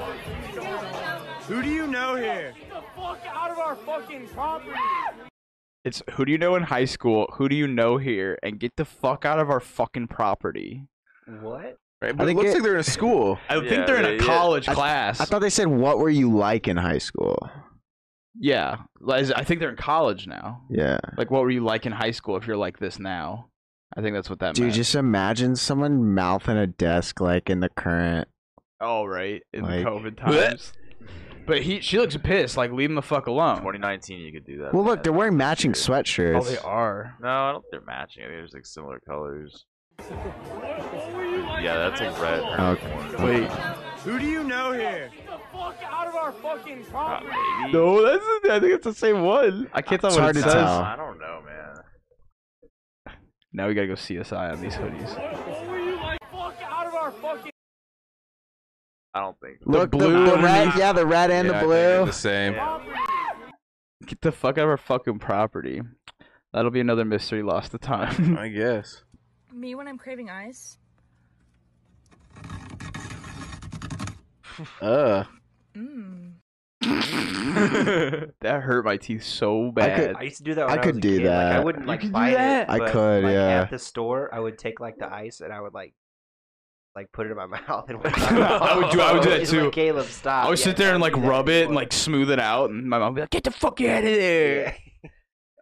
Speaker 6: Who do you know here?
Speaker 7: Get the fuck out of our fucking property!
Speaker 1: It's who do you know in high school? Who do you know here? And get the fuck out of our fucking property.
Speaker 3: What?
Speaker 4: right, but it
Speaker 2: think
Speaker 4: looks
Speaker 2: it-
Speaker 4: like they're in a school.
Speaker 1: I
Speaker 5: Yeah,
Speaker 1: think they're in a
Speaker 5: yeah, yeah.
Speaker 1: college
Speaker 2: I th-
Speaker 1: class.
Speaker 2: I thought they said, "What were you like in high school?"
Speaker 1: yeah, Like, I think they're in college now.
Speaker 2: Yeah,
Speaker 1: Like, what were you like in high school if you're like this now? I think that's what that
Speaker 2: dude.
Speaker 1: meant.
Speaker 2: Just imagine someone mouthing a desk like in the current.
Speaker 1: all right in
Speaker 2: Like-
Speaker 1: the COVID times. but he, she looks pissed. Like, leave him the fuck alone.
Speaker 5: 2019, you could do that.
Speaker 2: Well,
Speaker 5: man.
Speaker 2: look, they're wearing matching
Speaker 5: Sure.
Speaker 2: sweatshirts.
Speaker 1: Oh, they are.
Speaker 5: No, I don't think they're matching. I think there's like similar colors.
Speaker 7: What were you like
Speaker 5: Yeah,
Speaker 7: in
Speaker 5: that's
Speaker 7: high
Speaker 5: like red.
Speaker 7: school?
Speaker 5: or
Speaker 2: Okay.
Speaker 5: orange.
Speaker 1: Wait,
Speaker 6: Who do you know here?
Speaker 7: Get the fuck out of our fucking
Speaker 5: Uh,
Speaker 7: property!
Speaker 5: maybe.
Speaker 1: no, that's I think it's the same one. I can't tell
Speaker 2: It's
Speaker 1: what
Speaker 2: hard
Speaker 1: it
Speaker 2: to
Speaker 1: says.
Speaker 2: tell.
Speaker 5: I don't know, man.
Speaker 1: Now we gotta go CSI on these hoodies.
Speaker 7: What were you like? Fuck out of our fucking
Speaker 5: I don't think.
Speaker 2: Look, the,
Speaker 1: blue
Speaker 2: the
Speaker 1: and
Speaker 2: red, yeah, the red and
Speaker 4: Yeah, I
Speaker 2: the
Speaker 4: think they're
Speaker 2: blue.
Speaker 4: the same.
Speaker 7: property!
Speaker 1: Get the fuck out of our fucking property. That'll be another mystery lost to time.
Speaker 4: I guess.
Speaker 8: Me when I'm craving ice?
Speaker 4: Uh,
Speaker 8: Mmm.
Speaker 1: that hurt my teeth so bad.
Speaker 3: I used to do that.
Speaker 2: I
Speaker 3: When I,
Speaker 2: could
Speaker 3: was a
Speaker 2: do
Speaker 3: kid. Like, I
Speaker 2: that.
Speaker 3: wouldn't like
Speaker 1: could do
Speaker 3: buy
Speaker 1: that?
Speaker 3: it.
Speaker 2: I
Speaker 3: but,
Speaker 2: could,
Speaker 3: like,
Speaker 2: yeah.
Speaker 3: At the store, I would take like the ice and I would like, like put it in my mouth and.
Speaker 1: I would do- I would do that
Speaker 3: He's
Speaker 1: too.
Speaker 3: Like, Caleb, stop.
Speaker 1: I would
Speaker 3: Yeah,
Speaker 1: sit there
Speaker 3: I
Speaker 1: and
Speaker 3: would
Speaker 1: like
Speaker 3: do that
Speaker 1: rub it and
Speaker 3: before.
Speaker 1: like smooth it out, and my mom would be like, "Get the fuck out of
Speaker 3: Yeah.
Speaker 1: there."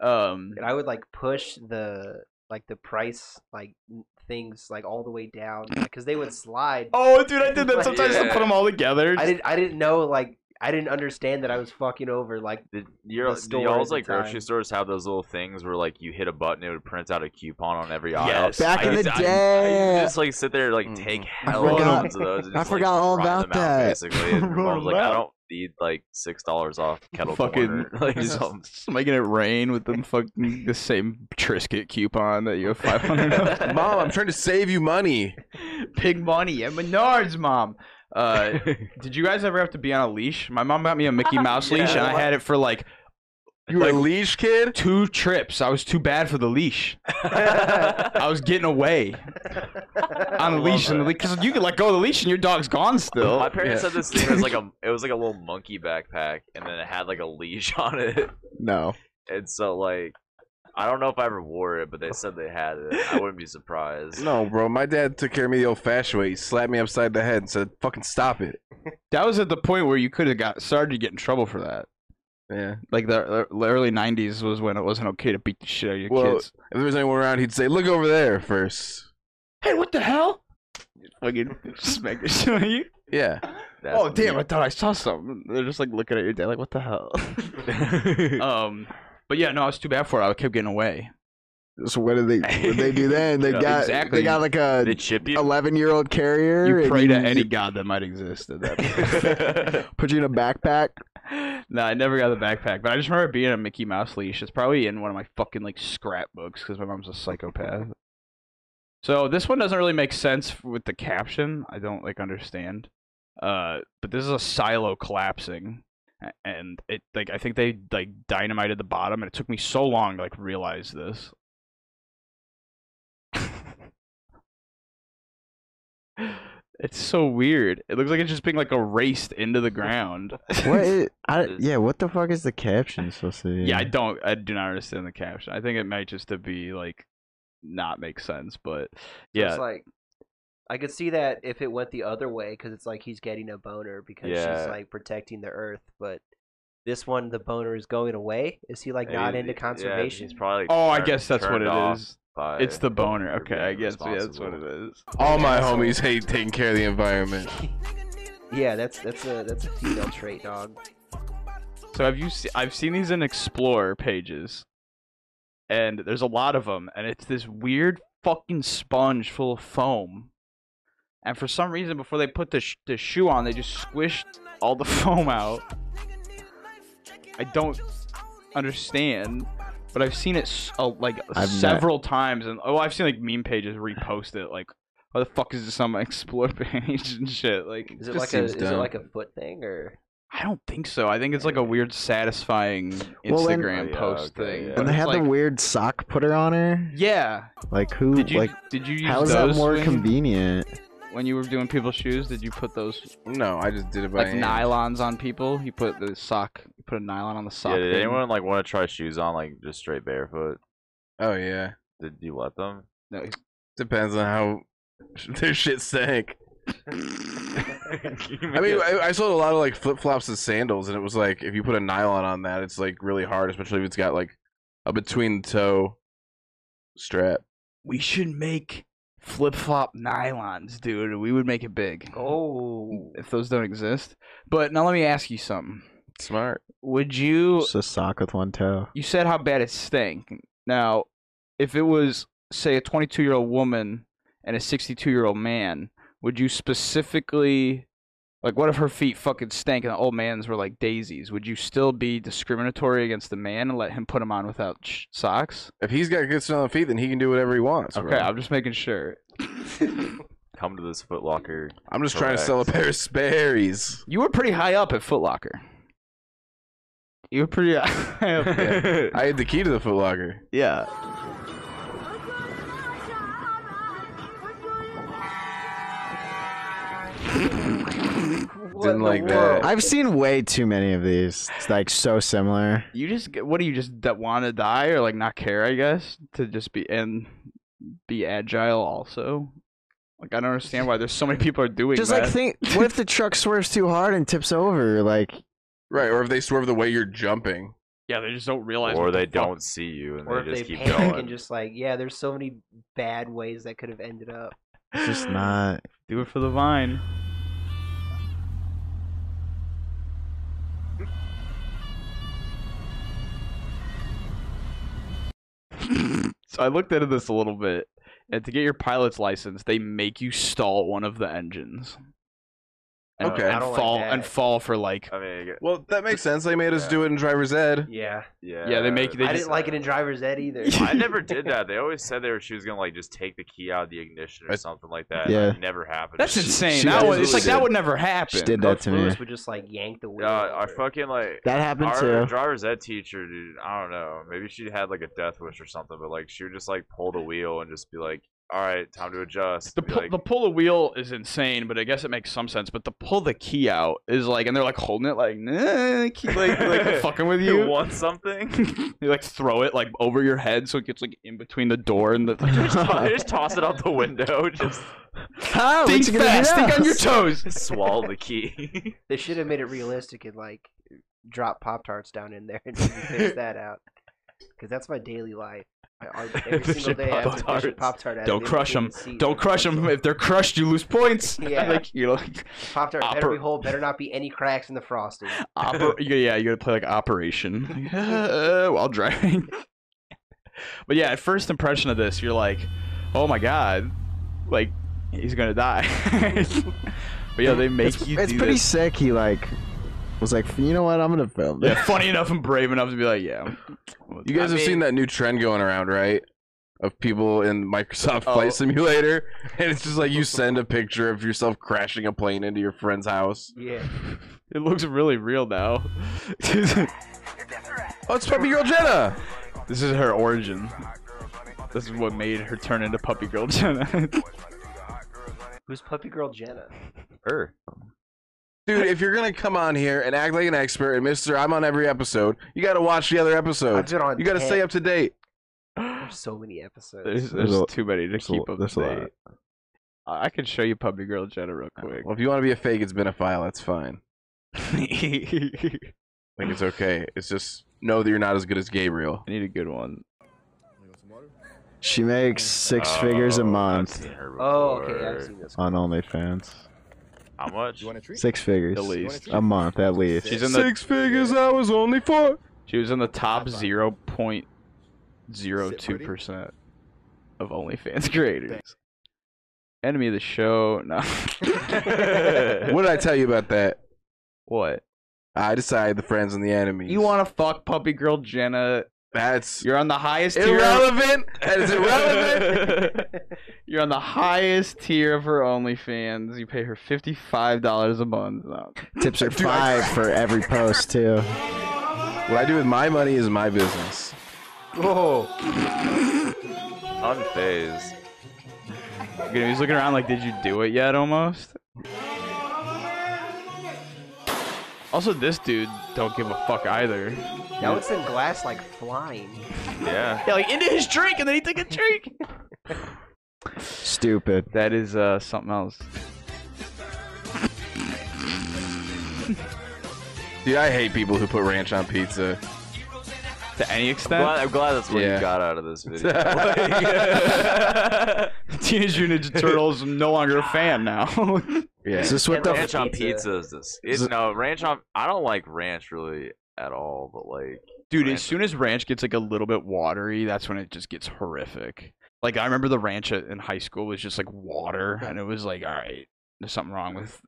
Speaker 1: Um,
Speaker 3: and I would like push the like the price like n- things like all the way down because they would slide.
Speaker 1: oh, dude, I did that sometimes to
Speaker 5: Yeah.
Speaker 1: put them all together.
Speaker 3: I didn't I didn't know like I didn't understand that I was fucking over like
Speaker 5: Did your
Speaker 3: The
Speaker 5: do
Speaker 3: store
Speaker 5: y'all's
Speaker 3: at the
Speaker 5: like grocery
Speaker 3: time.
Speaker 5: stores have those little things where like you hit a button it would print out a coupon on every aisle?
Speaker 1: Yes.
Speaker 2: Back
Speaker 5: I
Speaker 2: in
Speaker 5: used
Speaker 2: the
Speaker 5: to- I- I,
Speaker 2: day.
Speaker 5: used to just like sit there and, like
Speaker 4: Mm.
Speaker 5: take
Speaker 2: Mm-hmm. I
Speaker 5: hell of
Speaker 2: forgot-
Speaker 5: tons of those. And
Speaker 2: I
Speaker 5: just,
Speaker 2: forgot
Speaker 5: like,
Speaker 2: all
Speaker 5: run
Speaker 2: about
Speaker 5: them out,
Speaker 2: that.
Speaker 5: Basically, and your
Speaker 1: Run
Speaker 5: mom's like,
Speaker 1: them
Speaker 5: I
Speaker 1: out.
Speaker 5: don't need like six dollars off kettle
Speaker 1: fucking
Speaker 5: corner. Like
Speaker 1: just
Speaker 5: something.
Speaker 1: making it rain with them fucking the same Trisket coupon that you have five hundred
Speaker 4: Mom, I'm trying to save you money.
Speaker 1: pig money at Menards, mom. Uh, did you guys ever have to be on a leash? My mom got me a Mickey Mouse leash, and I had it for like
Speaker 4: You were a leash kid.
Speaker 1: two trips. I was too bad for the leash. I was getting away on a leash, and the because you can let go of the leash and your dog's gone still.
Speaker 5: My parents
Speaker 4: Yeah.
Speaker 5: had this thing. It was like a it was like a little monkey backpack, and then it had like a leash on it.
Speaker 2: No,
Speaker 5: And so like, I don't know if I ever wore it, but they said they had it. I wouldn't be surprised.
Speaker 4: No, bro, my dad took care of me the old-fashioned way. He slapped me upside the head and said, "Fucking stop it."
Speaker 1: That was at the point where you could have got started to get in trouble for that.
Speaker 4: Yeah.
Speaker 1: Like the the early '90s was when it wasn't okay to beat the shit out of your
Speaker 4: Well-
Speaker 1: kids.
Speaker 4: If there was anyone around, he'd say, "Look over there first.
Speaker 1: Hey, what the hell? Fucking smack the shit out of you.
Speaker 4: Yeah.
Speaker 5: That's
Speaker 1: Oh damn! I thought I saw something. They're just like looking at your dad, like what the hell? um, but yeah, no, I was too bad for it. I kept getting away.
Speaker 2: so what did they? What did they do then? They
Speaker 5: Yeah,
Speaker 2: got
Speaker 1: exactly.
Speaker 2: they got like
Speaker 5: Did
Speaker 2: a
Speaker 5: it chip you?
Speaker 2: eleven year old carrier.
Speaker 1: You
Speaker 2: and
Speaker 1: pray to any god that might exist at that point.
Speaker 2: Put you in a backpack.
Speaker 1: no, I never got the backpack, but I just remember being on a Mickey Mouse leash. It's probably in one of my fucking like scrapbooks because my mom's a psychopath. so this one doesn't really make sense f- with the caption. I don't like understand. Uh, but this is a silo collapsing, a- and it like I think they like dynamited the bottom, and it took me so long to like realize this. It's so weird. It looks like it's just being like erased into the ground.
Speaker 2: What? Is, I, yeah, what the fuck is the caption supposed to be?
Speaker 1: Yeah, I don't. I do not understand the caption. I think it might just to be like not make sense, but
Speaker 3: yeah.
Speaker 1: yeah,
Speaker 3: It's like I could see that if it went the other way because it's like he's getting a boner because
Speaker 5: Yeah.
Speaker 3: she's like protecting the earth, but this one the boner is going away. Is he like not
Speaker 5: He-
Speaker 3: into
Speaker 5: yeah,
Speaker 3: conservation?
Speaker 5: he's probably.
Speaker 1: oh, I
Speaker 5: turn-
Speaker 1: guess that's what
Speaker 5: turned
Speaker 1: it
Speaker 5: off.
Speaker 1: is.
Speaker 5: by
Speaker 1: It's the boner.
Speaker 5: you're
Speaker 1: Okay, I
Speaker 5: being
Speaker 1: guess yeah, that's what it is.
Speaker 4: All my homies hate taking care of the environment.
Speaker 3: Yeah, that's that's a that's a female trait, dog.
Speaker 1: So have you? Se- I've seen these in Explorer pages, and there's a lot of them, and it's this weird fucking sponge full of foam. And for some reason, before they put the sh- the shoe on, they just squished all the foam out. I don't understand, but I've seen it s- uh, like
Speaker 2: I've
Speaker 1: several times, and oh, I've seen like meme pages repost it, like. Why the fuck is this on my explore page and shit? Like,
Speaker 3: Is it
Speaker 4: Just
Speaker 3: like a
Speaker 4: seems
Speaker 3: is it
Speaker 4: dumb.
Speaker 3: like a foot thing or?
Speaker 1: I don't think so. I think it's like a weird, satisfying
Speaker 2: Well, and-
Speaker 1: Instagram
Speaker 5: Oh, yeah,
Speaker 1: post
Speaker 5: okay,
Speaker 1: thing.
Speaker 5: yeah.
Speaker 1: but
Speaker 2: And they
Speaker 1: it's
Speaker 2: had
Speaker 1: like,
Speaker 2: the weird sock putter on her.
Speaker 1: yeah.
Speaker 2: Like who?
Speaker 1: Did you
Speaker 2: like
Speaker 1: did you use
Speaker 2: how is that
Speaker 1: those
Speaker 2: more
Speaker 1: when,
Speaker 2: convenient?
Speaker 1: when you were doing people's shoes? Did you put those
Speaker 4: No, I just did it by
Speaker 1: like
Speaker 4: hand.
Speaker 1: nylons on people? You put the sock, you put a nylon on the sock.
Speaker 5: Yeah, did
Speaker 1: thing?
Speaker 5: anyone like want to try shoes on like just straight barefoot?
Speaker 4: Oh yeah,
Speaker 5: Did you let them?
Speaker 1: No, he's-
Speaker 4: depends on how their shit stank. I
Speaker 5: I
Speaker 4: mean, I, I sold a lot of like flip flops and sandals, and it was like if you put a nylon on that, it's like really hard, especially if it's got like a between the toe strap.
Speaker 1: we should make flip flop nylons, dude. We would make it big.
Speaker 3: Oh,
Speaker 1: If those don't exist. But now let me ask you something.
Speaker 4: Smart.
Speaker 1: Would you
Speaker 2: Just a sock with one toe.
Speaker 1: you said how bad it stank. Now, if it was say a 22 year old woman and a 62 year old man, would you specifically like what if her feet fucking stank and the old man's were like daisies? Would you still be discriminatory against the man and let him put them on without sh- socks?
Speaker 4: If he's got good smelling feet, then he can do whatever he wants.
Speaker 1: Okay,
Speaker 4: bro.
Speaker 1: I'm just making sure.
Speaker 5: Come to this Foot Locker.
Speaker 4: I'm just trying to
Speaker 5: Correct.
Speaker 4: sell a pair of Sperry's.
Speaker 1: You were pretty high up at Foot Locker. You were pretty high up there.
Speaker 4: I had the key to the Foot Locker.
Speaker 1: yeah.
Speaker 3: what
Speaker 4: Didn't
Speaker 3: in the
Speaker 4: like
Speaker 3: world?
Speaker 4: that.
Speaker 2: I've seen way too many of these. It's like so similar.
Speaker 1: You just get- what do you just d- want to die or like not care? I guess to just be and be agile also. Like I don't understand why there's so many people are doing
Speaker 2: Just
Speaker 1: that.
Speaker 2: like think, what if the truck swerves too hard and tips over? Like
Speaker 4: Right, or if they swerve the way you're jumping.
Speaker 1: yeah, they just don't realize.
Speaker 5: or
Speaker 1: what the
Speaker 5: they
Speaker 1: fuck-
Speaker 5: don't see you and
Speaker 3: Or
Speaker 5: they
Speaker 3: if they
Speaker 5: just keep
Speaker 3: panic
Speaker 5: going.
Speaker 3: and just like, yeah, there's so many bad ways that could have ended up.
Speaker 2: it's just not.
Speaker 1: do it for the vine. so I looked into this a little bit, and to get your pilot's license, they make you stall one of the engines. And,
Speaker 4: Okay.
Speaker 1: and
Speaker 3: I don't like
Speaker 1: fall
Speaker 3: that.
Speaker 1: and fall for like
Speaker 5: I mean,
Speaker 4: Well, that makes sense. They made us do it in driver's ed.
Speaker 3: Yeah,
Speaker 5: yeah.
Speaker 1: Yeah, they make- they
Speaker 5: I
Speaker 3: I
Speaker 1: just-
Speaker 3: didn't like it in driver's ed either.
Speaker 5: I never did that. They always said they were she was gonna like just take the key out of the ignition or
Speaker 4: That's-
Speaker 5: something like that.
Speaker 2: Yeah.
Speaker 5: It never happened.
Speaker 1: That's insane.
Speaker 2: she
Speaker 1: that was, it's
Speaker 4: absolutely
Speaker 1: like that
Speaker 4: did.
Speaker 1: would never happen.
Speaker 2: She did that
Speaker 3: Coach
Speaker 2: to me.
Speaker 3: Lewis would just like yank the
Speaker 5: Uh,
Speaker 3: wheel.
Speaker 5: our
Speaker 3: over.
Speaker 5: fucking like
Speaker 2: That happened
Speaker 5: our
Speaker 2: too.
Speaker 5: driver's ed teacher, dude. I don't know. Maybe she had like a death wish or something, but like she would just like pull the wheel and just be like, "All right, time to adjust."
Speaker 1: The,
Speaker 5: Be
Speaker 1: pu-
Speaker 5: like,
Speaker 1: the pull the wheel is insane, but I guess it makes some sense. But the pull the key out is like, and they're like holding it like, nah, key, like, like fucking with
Speaker 5: you
Speaker 1: you.
Speaker 5: want something?
Speaker 1: you like throw it like over your head so it gets like in between the door and the.
Speaker 5: just, to- just toss it out the window. Just
Speaker 2: How?
Speaker 1: think fast, think on your toes.
Speaker 5: swallow the key.
Speaker 3: They should have made it realistic and like drop pop tarts down in there and fix that out. Because that's my daily life. I- I- Every single
Speaker 1: Efficient
Speaker 3: day, I have to
Speaker 1: Pop-Tarts.
Speaker 3: fish a pop tart.
Speaker 1: Don't crush 'em. Don't crush them. If they're crushed, you lose points.
Speaker 3: Yeah.
Speaker 1: like you know, like,
Speaker 3: Pop tart better be
Speaker 1: Oper-
Speaker 3: whole. Better not be any cracks in the frosting.
Speaker 1: oper- you- yeah, you gotta play like Operation uh, while driving. but yeah, at first impression of this, you're like, oh my god, like he's gonna die. but yeah, they make
Speaker 2: It's,
Speaker 1: you
Speaker 2: it's
Speaker 1: do
Speaker 2: pretty
Speaker 1: this.
Speaker 2: sick. He like was like, you know what? I'm gonna film this.
Speaker 1: Yeah, funny enough and brave enough to be like, yeah.
Speaker 4: You guys
Speaker 3: I
Speaker 4: have seen
Speaker 3: mean-
Speaker 4: that new trend going around, right? Of people in Microsoft
Speaker 1: Oh.
Speaker 4: Flight Simulator, and it's just like you send a picture of yourself crashing a plane into your friend's house.
Speaker 3: Yeah.
Speaker 1: It looks really real now. this
Speaker 4: Oh, it's Puppy Girl Jenna.
Speaker 1: is her origin. This is what made her turn into puppy girl Jenna.
Speaker 3: Who's puppy girl Jenna?
Speaker 5: Her.
Speaker 4: Dude, if you're gonna come on here and act like an expert and Mister, I'm on every episode. You gotta watch the other
Speaker 3: I've
Speaker 4: episodes.
Speaker 3: been on.
Speaker 4: You gotta
Speaker 3: 10.
Speaker 4: stay up to date.
Speaker 3: There's so many episodes.
Speaker 1: There's,
Speaker 2: There's
Speaker 1: there's
Speaker 2: a-
Speaker 1: too many to
Speaker 2: there's a-
Speaker 1: keep up
Speaker 2: there's
Speaker 1: to
Speaker 2: a lot.
Speaker 1: date. I I can show you Puppy Girl Jenna real quick.
Speaker 4: Well, if you want to be a fake, it's been a file. That's fine.
Speaker 1: I
Speaker 4: Like it's okay. It's just know that you're not as good as Gabriel.
Speaker 1: need a good one.
Speaker 2: She makes six
Speaker 5: Oh,
Speaker 2: figures a
Speaker 5: I've
Speaker 2: month
Speaker 5: seen her
Speaker 3: Oh, okay, I've
Speaker 5: before.
Speaker 3: seen this.
Speaker 2: on OnlyFans.
Speaker 5: How much?
Speaker 9: You want a treat?
Speaker 2: Six figures
Speaker 1: At least.
Speaker 2: a month at least.
Speaker 1: She's in the
Speaker 4: Six figures I was only for.
Speaker 1: she was in the top zero point zero two percent of OnlyFans creators. Enemy of the show. No.
Speaker 4: What did I tell you about that?
Speaker 1: what?
Speaker 4: I decided the friends and the enemies.
Speaker 1: You want to fuck puppy girl Jenna?
Speaker 4: That's
Speaker 1: You're on the highest tier.
Speaker 4: irrelevant. That is irrelevant.
Speaker 1: You're on the highest tier of her OnlyFans. You pay her fifty-five dollars a month. No.
Speaker 2: Tips are
Speaker 4: Dude, I-
Speaker 2: five for every post too.
Speaker 4: what I do with my money is my business.
Speaker 5: Unfazed.
Speaker 1: You know, He's looking around like, did you do it yet? Almost. Also, this dude don't give a fuck either.
Speaker 3: Now it's in glass like flying.
Speaker 5: Yeah.
Speaker 1: Yeah, like into his drink, and then he took a drink.
Speaker 2: Stupid.
Speaker 1: That is uh, something else.
Speaker 4: Dude, I hate people who put ranch on pizza.
Speaker 1: To any
Speaker 5: I'm
Speaker 1: extent.
Speaker 5: glad, I'm glad that's what
Speaker 4: Yeah.
Speaker 5: you got out of this video.
Speaker 1: Teenage Mutant Ninja Turtles no longer a fan now.
Speaker 4: Yeah.
Speaker 2: Is this what the
Speaker 5: ranch
Speaker 2: f-
Speaker 5: on pizza is this? It's, no, ranch on. I don't like ranch really at all, but like,
Speaker 1: Dude,
Speaker 5: Ranch.
Speaker 1: as soon as ranch gets like a little bit watery, that's when it just gets horrific. Like I remember the ranch at- in high school was just like water, and it was like, all right, there's something wrong with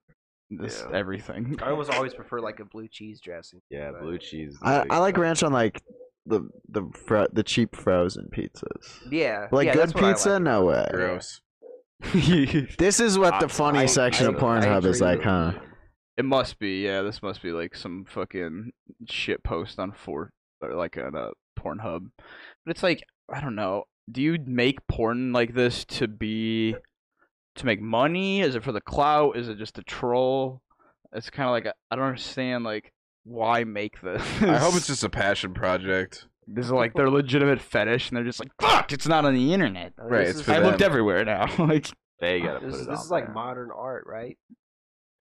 Speaker 1: this
Speaker 5: Yeah.
Speaker 1: everything.
Speaker 3: I almost always prefer like a blue cheese dressing.
Speaker 5: yeah,
Speaker 3: but-
Speaker 5: blue cheese. is
Speaker 2: I,
Speaker 5: big.
Speaker 2: I like ranch on like the the fro- the cheap frozen pizzas.
Speaker 3: Yeah.
Speaker 2: Like
Speaker 3: yeah,
Speaker 2: good
Speaker 3: that's what I
Speaker 2: pizza,
Speaker 3: like.
Speaker 2: no way.
Speaker 1: it
Speaker 4: Gross.
Speaker 2: This is what the
Speaker 5: I-
Speaker 2: funny
Speaker 5: I-
Speaker 2: section
Speaker 5: I-
Speaker 2: of Pornhub
Speaker 3: I
Speaker 2: is
Speaker 3: agree
Speaker 2: like, huh?
Speaker 1: must be, yeah. This must be like some fucking shit post on for or like on a Pornhub. But it's like I don't know. Do you make porn like this to be to make money? Is it for the clout? Is it just a troll? It's kind of like I I don't understand like why make this.
Speaker 4: I hope it's just a passion project.
Speaker 1: this is like their legitimate fetish, and they're just like fuck. It's not on the internet.
Speaker 3: Uh,
Speaker 4: Right,
Speaker 3: this
Speaker 4: it's
Speaker 3: is
Speaker 4: for
Speaker 1: I
Speaker 3: like-
Speaker 4: them.
Speaker 1: looked everywhere now. like
Speaker 5: They gotta put
Speaker 3: This,
Speaker 5: it
Speaker 3: this
Speaker 5: on
Speaker 3: is like
Speaker 5: there.
Speaker 3: modern art, right?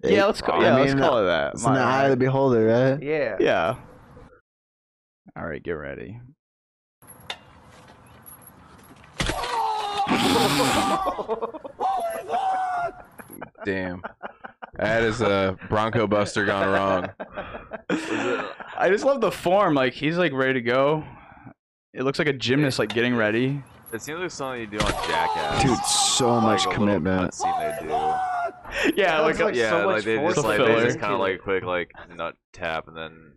Speaker 1: yeah, let's call
Speaker 5: I
Speaker 1: yeah,
Speaker 2: mean,
Speaker 1: let's call it that.
Speaker 2: It's in the
Speaker 1: Modern
Speaker 2: eye of the beholder, right?
Speaker 3: Yeah.
Speaker 1: Yeah. All right, get ready.
Speaker 3: Oh.
Speaker 4: Damn. That is a Bronco Buster gone wrong.
Speaker 1: I just love the form. Like he's like ready to go. It looks like a gymnast like getting ready.
Speaker 5: It seems like something you do on Jackass.
Speaker 2: Dude, so
Speaker 5: Like
Speaker 2: much
Speaker 5: a little
Speaker 2: commitment.
Speaker 5: cutscene they do.
Speaker 1: Yeah,
Speaker 3: Sounds
Speaker 1: like,
Speaker 3: like
Speaker 1: a,
Speaker 5: yeah,
Speaker 3: so
Speaker 5: like
Speaker 3: much
Speaker 5: they
Speaker 3: force
Speaker 5: just like
Speaker 1: filler.
Speaker 5: they just kind of like quick like nut tap and then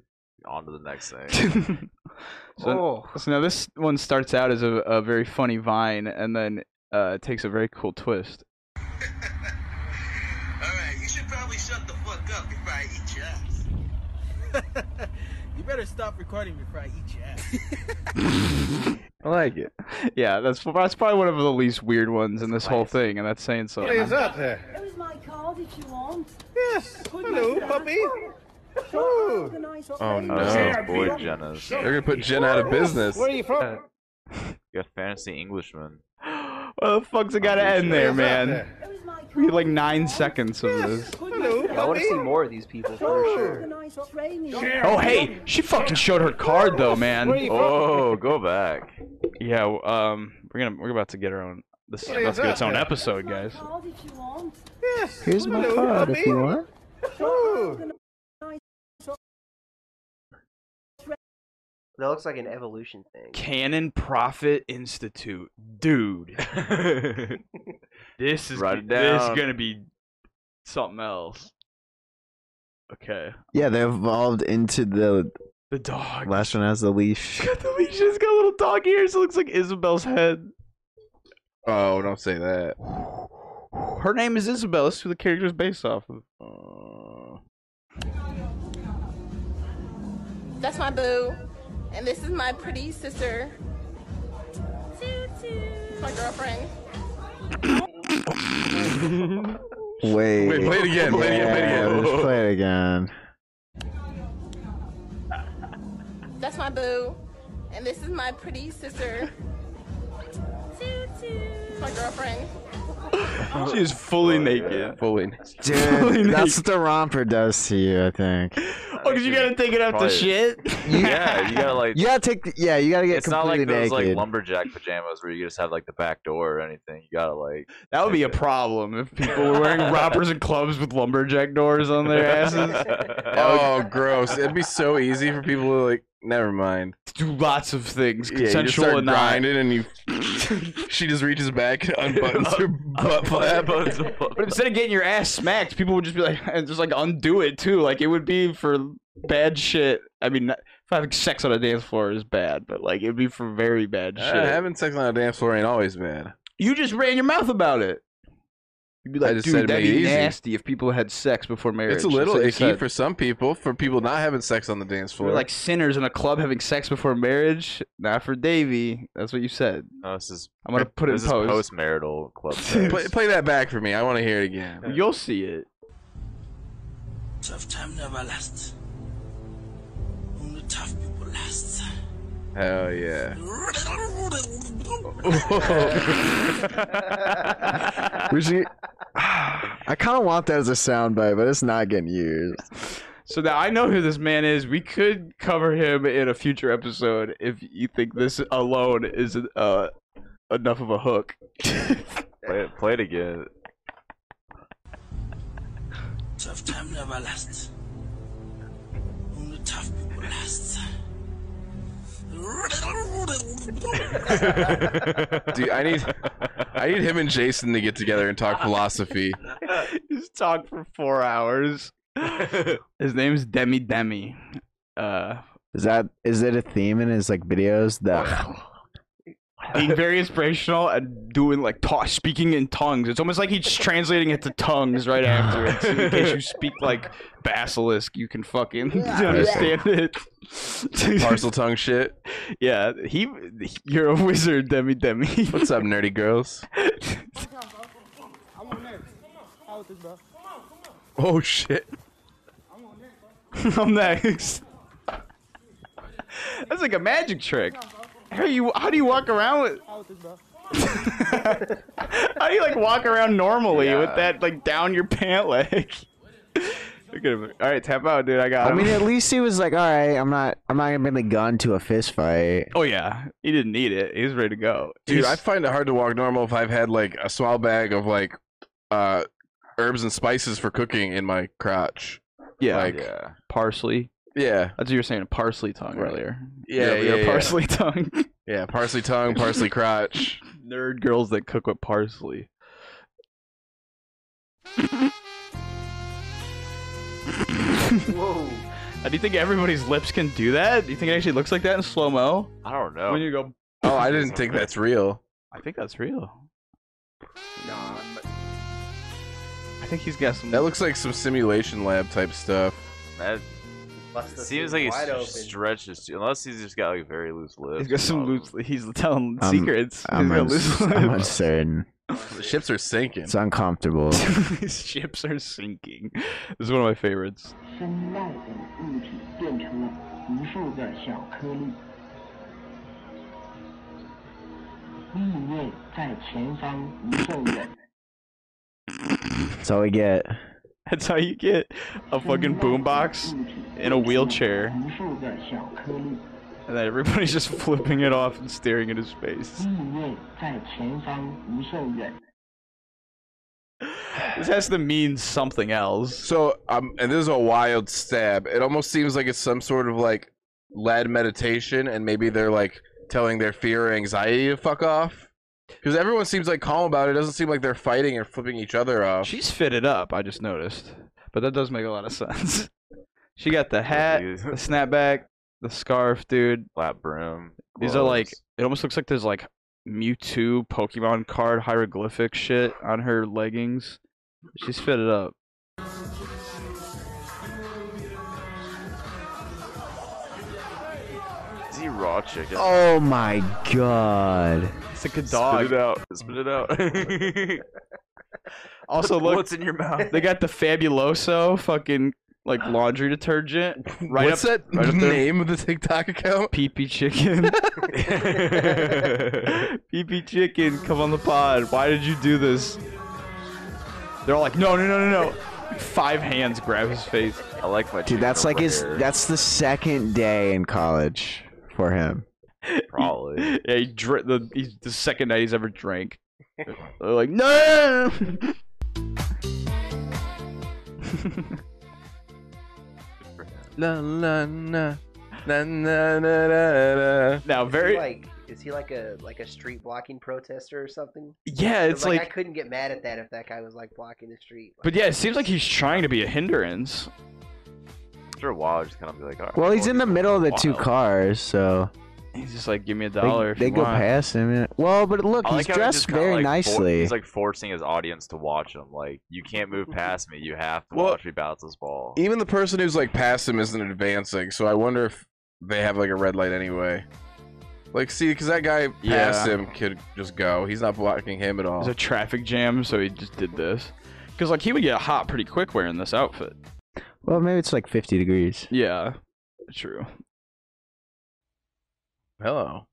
Speaker 5: on to the next thing.
Speaker 1: so,
Speaker 3: oh.
Speaker 1: so now this one starts out as a, a very funny vine and then uh, it takes a very cool twist.
Speaker 10: Alright, you should probably shut the fuck up before I eat your ass.
Speaker 6: You better stop recording before I eat your ass.
Speaker 1: I like it. Yeah, that's that's probably one of the least weird ones in this whole thing, and that's saying something.
Speaker 6: up there?
Speaker 11: Here's my card if you want.
Speaker 6: Yes. Hello, puppy.
Speaker 11: The nice
Speaker 4: Oh
Speaker 5: Oh, this
Speaker 4: no.
Speaker 5: is boy Jenna's.
Speaker 4: They're
Speaker 5: You
Speaker 4: gonna put Jen out of business.
Speaker 6: Where are you from?
Speaker 5: got fantasy Englishman.
Speaker 1: Well, the fuck's it gotta end there, man?
Speaker 11: Here's my card.
Speaker 1: We had like nine seconds of this.
Speaker 6: Hello,
Speaker 3: Yeah, I want to see more of these people for sure.
Speaker 11: The nice training.
Speaker 1: Oh hey, she fucking showed her card though, man.
Speaker 6: Where you from?
Speaker 5: Oh, go back.
Speaker 1: Yeah, w- um, we're gonna we're about to get our own. This is about to get its own episode,
Speaker 11: Here's
Speaker 1: guys.
Speaker 11: my card if you want.
Speaker 2: Here's my card if you want.
Speaker 3: That looks like an evolution thing.
Speaker 1: Canon Profit Institute, dude. this is
Speaker 5: Write it
Speaker 1: this is
Speaker 5: down.
Speaker 1: gonna be something else. Okay,
Speaker 2: Yeah, they evolved into the
Speaker 1: the dog.
Speaker 2: last one has the leash.
Speaker 1: the leash has got little dog ears. It looks like Isabel's head.
Speaker 4: Oh, don't say that.
Speaker 1: Her name is Isabel. That's who the character is based off of.
Speaker 5: Oh,
Speaker 11: That's my boo. And this is my pretty sister. My girlfriend.
Speaker 2: Wait.
Speaker 4: Wait, play it again. Play it again.
Speaker 2: Yeah,
Speaker 4: Play it
Speaker 2: just
Speaker 4: again.
Speaker 2: play it again.
Speaker 11: That's my boo. And this is my pretty sister. My girlfriend.
Speaker 1: She is fully naked.
Speaker 4: Fully.
Speaker 2: Dude, that's what the romper does to you, I think.
Speaker 1: fuck is Oh, you gotta take it up to
Speaker 5: Probably-
Speaker 1: shit?
Speaker 5: yeah, you gotta like.
Speaker 2: You gotta take. The, yeah, you gotta get
Speaker 5: it's not
Speaker 2: completely
Speaker 5: like those
Speaker 2: naked.
Speaker 5: like lumberjack pajamas where you just have like the back door or anything. You gotta like.
Speaker 1: That would be a problem if people were wearing robbers and clubs with lumberjack doors on their asses.
Speaker 4: Oh, gross! It'd be so easy for people to like. Never mind.
Speaker 1: Do lots of things,
Speaker 4: Yeah, you just
Speaker 1: consensual
Speaker 4: start
Speaker 1: and not.
Speaker 4: grinding, and you. she just reaches back and unbuttons her butt flap.
Speaker 5: Oh,
Speaker 1: But instead of getting your ass smacked, people would just be like, and just like undo it too. Like it would be for bad shit. I mean, not- having sex on a dance floor is bad, but like it'd be for very bad
Speaker 4: Uh,
Speaker 1: shit.
Speaker 4: having sex on a dance floor ain't always bad.
Speaker 1: you just ran your mouth about it. You'd be
Speaker 4: I
Speaker 1: like,
Speaker 4: just said
Speaker 1: dude,
Speaker 4: it
Speaker 1: that'd
Speaker 4: made
Speaker 1: be
Speaker 4: it easy."
Speaker 1: nasty if people had sex before marriage.
Speaker 4: It's a
Speaker 1: That's
Speaker 4: little
Speaker 1: what you
Speaker 4: icky
Speaker 1: said.
Speaker 4: for some people, for people not having sex on the dance
Speaker 1: We're
Speaker 4: floor.
Speaker 1: like sinners in a club having sex before marriage. Not for Davey. That's what you said.
Speaker 5: No, this is.
Speaker 1: I'm gonna put it
Speaker 5: this
Speaker 1: in
Speaker 5: is
Speaker 1: post.
Speaker 5: post-marital club. sex.
Speaker 4: play, play that back for me. I want to hear it again.
Speaker 1: You'll see it.
Speaker 10: Tough time never lasts. Only tough people last.
Speaker 4: Hell yeah.
Speaker 2: We should- I kind of want that as a soundbite, but it's not getting used.
Speaker 1: So now I know who this man is. We could cover him in a future episode if you think this alone is uh, enough of a hook.
Speaker 5: play, it, play it again.
Speaker 10: Tough time never lasts. Only tough people last.
Speaker 4: Dude, I need I need him and Jason to get together and talk philosophy.
Speaker 1: He's talked for four hours. His name's Demi Demi. Uh,
Speaker 2: Is that is it a theme in his like videos? That
Speaker 1: being very inspirational and doing like ta- speaking in tongues. It's almost like he's translating it to tongues right after it. So in case you speak like basilisk, you can fucking understand it.
Speaker 4: Parcel tongue shit.
Speaker 1: yeah, he, you're a wizard, Demi Demi.
Speaker 4: What's up, nerdy girls?
Speaker 6: I want that. How with this, bro?
Speaker 4: Oh shit.
Speaker 1: I'm next. That's like a magic trick. How you how do you walk around with
Speaker 6: How with this, bro?
Speaker 1: how do you like walk around normally with that like down your pant leg? You're gonna- all right, tap out, dude. I got
Speaker 2: I
Speaker 1: him.
Speaker 2: mean, at least he was like, all right, I'm not, I'm not gonna bring the gun to a fist fight.
Speaker 1: oh yeah, he didn't need it. He was ready to go.
Speaker 4: Dude,
Speaker 1: He's-
Speaker 4: I find it hard to walk normal if I've had like a small bag of like uh herbs and spices for cooking in my crotch.
Speaker 1: yeah,
Speaker 4: like-
Speaker 5: yeah.
Speaker 1: parsley.
Speaker 4: Yeah.
Speaker 1: That's what you were saying, a parsley tongue
Speaker 4: Right.
Speaker 1: earlier.
Speaker 4: Yeah,
Speaker 1: Your-
Speaker 4: yeah,
Speaker 1: your
Speaker 4: yeah.
Speaker 1: parsley tongue.
Speaker 4: Yeah, parsley tongue, parsley crotch.
Speaker 1: Nerd girls that cook with parsley.
Speaker 3: Whoa.
Speaker 1: Uh, do you think everybody's lips can do that? Do you think it actually looks like that in slow mo?
Speaker 5: I don't know.
Speaker 1: When you go,
Speaker 4: Oh, I didn't think that's real.
Speaker 1: I think that's real.
Speaker 3: Nah, but
Speaker 1: I think he's got some.
Speaker 4: That looks like some simulation lab type stuff.
Speaker 5: that
Speaker 3: bust those
Speaker 5: seems
Speaker 3: things
Speaker 5: like he
Speaker 3: wide open.
Speaker 5: s- stretches too, unless he's just got like very loose lips.
Speaker 1: He's got some
Speaker 5: probably.
Speaker 1: loose. He's telling
Speaker 2: Um,
Speaker 1: secrets.
Speaker 2: I'm,
Speaker 1: he's
Speaker 2: uns-
Speaker 1: got
Speaker 2: I'm
Speaker 1: loose
Speaker 2: uncertain.
Speaker 4: The ships are sinking.
Speaker 2: It's uncomfortable.
Speaker 1: lips. His ships are sinking. This is one of my favorites.
Speaker 9: 分脉等物体变成了无数个小颗粒，立位在前方无甚远。
Speaker 2: That's all we get.
Speaker 1: That's how you get a
Speaker 9: 分
Speaker 1: fucking
Speaker 9: 脉等
Speaker 1: boombox
Speaker 9: 物体
Speaker 1: in a
Speaker 9: 变成了
Speaker 1: wheelchair,
Speaker 9: 无数个小颗粒，
Speaker 1: and then everybody's just flipping it off and staring into space.
Speaker 9: 立位在前方无甚远。
Speaker 1: This has to mean something else.
Speaker 4: So, um, and this is a wild stab. It almost seems like it's some sort of like led meditation, and maybe they're like telling their fear or anxiety to fuck off. Because everyone seems like calm about it. It doesn't seem like they're fighting or flipping each other off.
Speaker 1: She's fitted up. I just noticed, but that does make a lot of sense. She got the hat, the snapback, the scarf, dude.
Speaker 5: flat brim.
Speaker 1: These are like
Speaker 5: gloves.
Speaker 1: it almost looks like there's like Mewtwo Pokemon card hieroglyphic shit on her leggings. She's fitted up.
Speaker 5: Is he raw chicken?
Speaker 2: Oh my god.
Speaker 1: It's like a
Speaker 5: Spit it out. Spit it out.
Speaker 1: Also look
Speaker 5: What's in your mouth?
Speaker 1: they got the fabuloso fucking like laundry detergent. Right
Speaker 4: What's
Speaker 1: up
Speaker 4: that
Speaker 1: right up there.
Speaker 4: name of the TikTok account?
Speaker 1: pee pee chicken. pee pee chicken, come on the pod. Why did you do this? They're all like, no no no no no. Five hands grab his face.
Speaker 5: I like my
Speaker 2: Dude, that's like his. That's the second day in college for him.
Speaker 5: Probably.
Speaker 1: yeah, he dr- the he's the second night he's ever drank. They're like, no.
Speaker 4: La la na na na na na. na.
Speaker 1: now, very
Speaker 3: Is he like is he like a like a street blocking protester or something?
Speaker 1: yeah, it's
Speaker 3: like,
Speaker 1: like,
Speaker 3: I couldn't get mad at that if that guy was like blocking the street. Like,
Speaker 1: but yeah, it seems like he's trying to be a hindrance.
Speaker 5: After a while, I just kind of be like, all right.
Speaker 2: Well, he's in the middle of the two
Speaker 5: Wild.
Speaker 2: cars, so
Speaker 1: He's just like, give me a
Speaker 2: they,
Speaker 1: dollar. if
Speaker 2: they
Speaker 1: you
Speaker 2: go
Speaker 1: want."
Speaker 2: past him. yeah. Well, but look,
Speaker 5: I
Speaker 2: he's
Speaker 5: like how he
Speaker 2: dressed
Speaker 5: just kinda,
Speaker 2: very
Speaker 5: like, for-
Speaker 2: nicely.
Speaker 5: he's like forcing his audience to watch him. Like, you can't move past me. You have to
Speaker 4: Well-
Speaker 5: watch me bounce this ball.
Speaker 4: Even the person who's like past him isn't advancing, so I wonder if they have like a red light anyway. Like, see, because that guy past
Speaker 1: Yeah.
Speaker 4: him could just go. He's not blocking him at all.
Speaker 1: There's a traffic jam, so he just did this. Cause like he would get hot pretty quick wearing this outfit.
Speaker 2: well, maybe it's like 50 degrees.
Speaker 1: Yeah, true.
Speaker 4: Hello.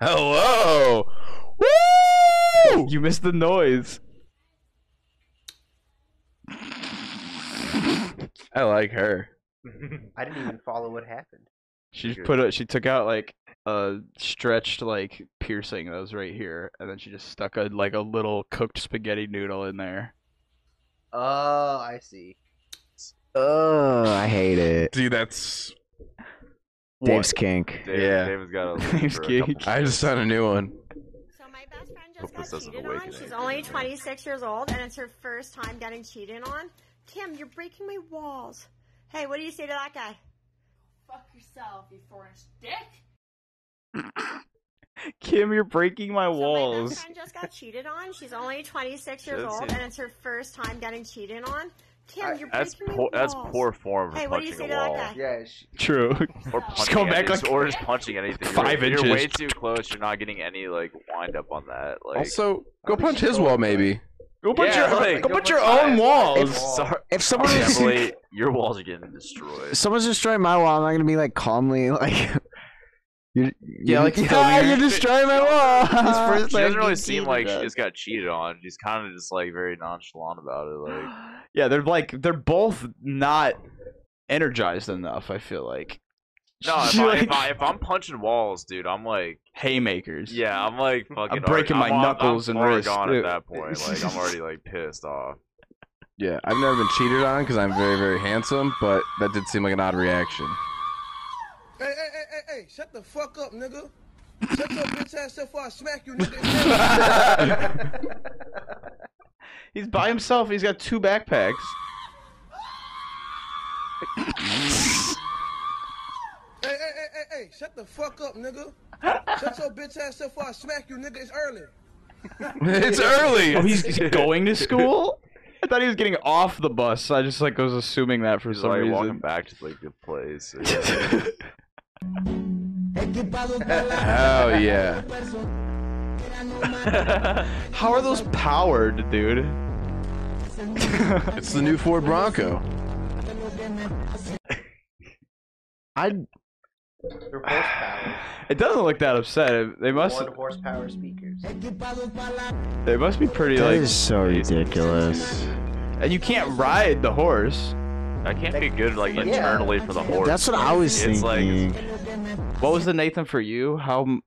Speaker 4: Hello. Woo!
Speaker 1: You missed the noise.
Speaker 4: I like her.
Speaker 3: I didn't even follow what happened.
Speaker 1: She just put a, she took out like a stretched like piercing that was right here, and then she just stuck a like a little cooked spaghetti noodle in there.
Speaker 3: Oh, I see.
Speaker 2: Oh, I hate it.
Speaker 4: Dude, that's.
Speaker 2: Dave's kink.
Speaker 5: Dave,
Speaker 4: Yeah.
Speaker 5: Dave's got a.
Speaker 1: Dave's
Speaker 5: for a couple-
Speaker 1: geek.
Speaker 4: I just found a new one.
Speaker 12: So my best friend
Speaker 5: Hope
Speaker 12: just
Speaker 5: this
Speaker 12: got
Speaker 5: doesn't
Speaker 12: cheated
Speaker 5: awaken
Speaker 12: on. She's only 26 years old, and it's her first time getting cheated on. Kim, you're breaking my walls. Hey, what do you say to that guy? Fuck yourself, you four-inch dick.
Speaker 1: Kim, you're breaking my
Speaker 12: So my best
Speaker 1: walls.
Speaker 12: friend just got cheated on. She's only 26 years
Speaker 5: Should've
Speaker 12: old,
Speaker 5: seen.
Speaker 12: and it's her first time getting cheated on. Kim, you're breaking
Speaker 5: That's
Speaker 12: my
Speaker 5: poor.
Speaker 12: walls.
Speaker 5: That's poor form for
Speaker 12: Hey, what do you
Speaker 5: punching a
Speaker 12: say to that
Speaker 5: wall.
Speaker 12: guy?
Speaker 3: Yeah, she,
Speaker 1: True.
Speaker 5: Or punching
Speaker 1: going back,
Speaker 5: any-
Speaker 1: like,
Speaker 5: or just punching anything. You're-
Speaker 1: five
Speaker 5: you're,
Speaker 1: inches.
Speaker 5: way too close. You're not getting any like wind up on that. Like,
Speaker 4: Also, go punch his wall, maybe.
Speaker 1: Go put
Speaker 5: Yeah,
Speaker 1: your
Speaker 5: like-
Speaker 1: go put your own walls.
Speaker 5: sorry,
Speaker 2: If someone is,
Speaker 5: Emily, your walls are getting destroyed.
Speaker 2: someone's destroying my wall, am I gonna be like calmly like? You're, yeah,
Speaker 1: like,
Speaker 2: yeah,
Speaker 1: filming
Speaker 2: you're
Speaker 1: it.
Speaker 2: destroying my wall.
Speaker 5: she doesn't really seem like she just got cheated on. She's kind of just like very nonchalant about it. Like,
Speaker 1: Yeah, they're like they're both not energized enough. I feel like
Speaker 5: no, if,
Speaker 1: She,
Speaker 5: I,
Speaker 1: like-
Speaker 5: if, I, if I'm punching walls, dude, I'm like,
Speaker 1: haymakers.
Speaker 5: yeah, I'm like fucking.
Speaker 1: I'm breaking my
Speaker 5: already- I'm, on-
Speaker 1: knuckles
Speaker 5: I'm
Speaker 1: and
Speaker 5: far
Speaker 1: wrists,
Speaker 5: Gone
Speaker 1: dude.
Speaker 5: at that point, like I'm already like pissed off.
Speaker 4: Yeah, I've never been cheated on because I'm very, very handsome, but that did seem like an odd reaction.
Speaker 6: Hey, hey, hey, hey, hey, shut the fuck up, nigga. Shut your bitch ass up before I smack you, nigga.
Speaker 1: He's by himself. He's got two backpacks.
Speaker 6: hey, hey, hey, hey, hey, shut the fuck up, nigga. Shut your bitch ass up before I smack you, nigga. It's early.
Speaker 4: it's early.
Speaker 1: Oh, he's, he's going to school. I thought he was getting off the bus. I just like was assuming that for
Speaker 5: He's
Speaker 1: some
Speaker 5: already walking
Speaker 1: reason.
Speaker 5: back to like the place.
Speaker 4: Hell yeah.
Speaker 1: How are those powered, dude?
Speaker 4: It's the new Ford Bronco.
Speaker 2: I
Speaker 3: they're horsepower.
Speaker 1: It doesn't look that upset. It- They must.
Speaker 3: One horsepower speakers.
Speaker 1: They must be pretty
Speaker 2: that
Speaker 1: like.
Speaker 2: is so ridiculous.
Speaker 1: And you can't ride the horse.
Speaker 5: I can't be good like
Speaker 3: Yeah.
Speaker 5: internally for the horse.
Speaker 2: That's what I was
Speaker 5: It's like-
Speaker 2: thinking.
Speaker 1: What was the Nathan for you? How m-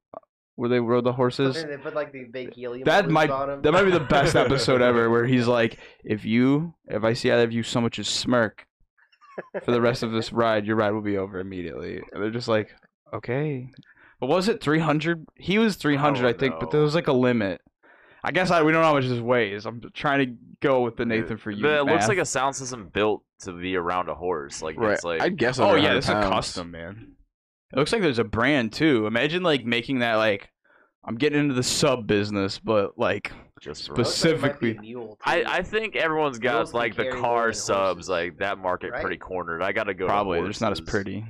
Speaker 1: where they rode the
Speaker 3: But
Speaker 1: horses?
Speaker 3: then they put like the big helium
Speaker 1: That
Speaker 3: balloons
Speaker 1: might
Speaker 3: on 'em.
Speaker 1: that might be the best episode ever, where he's like, "If you, if I see either of you so much as smirk for the rest of this ride, your ride will be over immediately." And they're just like, "Okay." But was it 300? He was 300, I
Speaker 5: don't
Speaker 1: think, but
Speaker 5: know.
Speaker 1: there was like a limit. I guess I, we don't know how much this weighs. I'm trying to go with the Nathan for you.
Speaker 5: But it looks
Speaker 1: math.
Speaker 5: like a sound system built to be around a horse. Like
Speaker 4: Right.
Speaker 5: it's like
Speaker 4: I guess.
Speaker 1: Oh
Speaker 4: under
Speaker 1: yeah,
Speaker 4: 100
Speaker 1: this is a
Speaker 4: pounds.
Speaker 1: custom, man. It looks like there's a brand too. Imagine like making that like I'm getting into the sub business, but like
Speaker 5: just
Speaker 1: spec-
Speaker 5: right.
Speaker 3: Looks like it might be a
Speaker 1: specifically-
Speaker 3: mule, too.
Speaker 5: I, I think everyone's got
Speaker 3: Mules can
Speaker 5: like the
Speaker 3: carry more
Speaker 5: car
Speaker 3: than
Speaker 5: subs
Speaker 3: horses,
Speaker 5: like that market
Speaker 3: right?
Speaker 5: pretty cornered. I gotta go. to
Speaker 1: probably it's not as
Speaker 5: horses.
Speaker 1: pretty.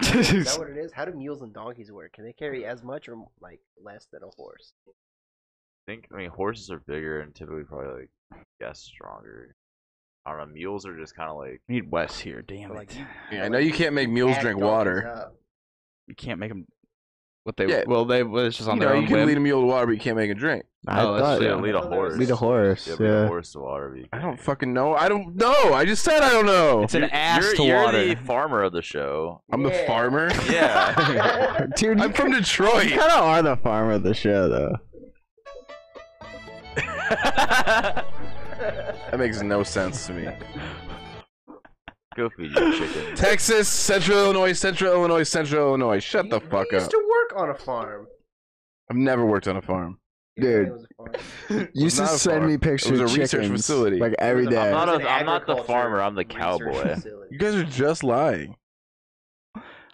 Speaker 3: Is that what it is? How do mules and donkeys work? Can they carry as much or like less than a horse?
Speaker 5: I think I mean horses are bigger and typically probably like guess stronger. I don't know. Mules are just kind of like
Speaker 1: We need Wes here. Damn
Speaker 3: Like-
Speaker 1: it,
Speaker 4: Yeah, I know you can't make mules
Speaker 3: Add
Speaker 4: drink
Speaker 3: donkeys
Speaker 4: water.
Speaker 3: up.
Speaker 1: we can't make him. What they well they well, it's just on
Speaker 4: you
Speaker 1: their
Speaker 4: know,
Speaker 1: own
Speaker 4: you can
Speaker 1: whim.
Speaker 4: lead a mule to water, but you can't make it drink.
Speaker 1: I Oh, that's thought- true. yeah, lead a horse.
Speaker 2: Lead a horse,
Speaker 4: Yeah,
Speaker 2: lead a yeah.
Speaker 5: horse to water.
Speaker 4: I don't fucking know. I don't know. I just said I don't know.
Speaker 5: It's an You're- ass you're- to you're water. the farmer of the show.
Speaker 4: I'm the farmer.
Speaker 5: Yeah.
Speaker 2: Dude,
Speaker 4: I'm from Detroit.
Speaker 2: You kind of are the farmer of the show, though.
Speaker 4: That makes no sense to me.
Speaker 5: Go feed your chicken.
Speaker 4: Texas, Central Illinois, Central Illinois, Central Illinois. Shut the fuck
Speaker 3: I used
Speaker 4: up.
Speaker 3: to work on a farm.
Speaker 4: I've never worked on a farm.
Speaker 2: Dude, you used to
Speaker 4: not a
Speaker 2: send
Speaker 4: farm.
Speaker 2: me
Speaker 4: It was
Speaker 2: pictures
Speaker 4: a
Speaker 2: of
Speaker 4: research
Speaker 2: chickens,
Speaker 4: facility.
Speaker 2: like every
Speaker 5: I'm
Speaker 2: day.
Speaker 5: not,
Speaker 3: It's an
Speaker 5: a, I'm not the
Speaker 3: agriculture
Speaker 5: farmer. I'm the cowboy.
Speaker 3: facility.
Speaker 4: You guys are just lying.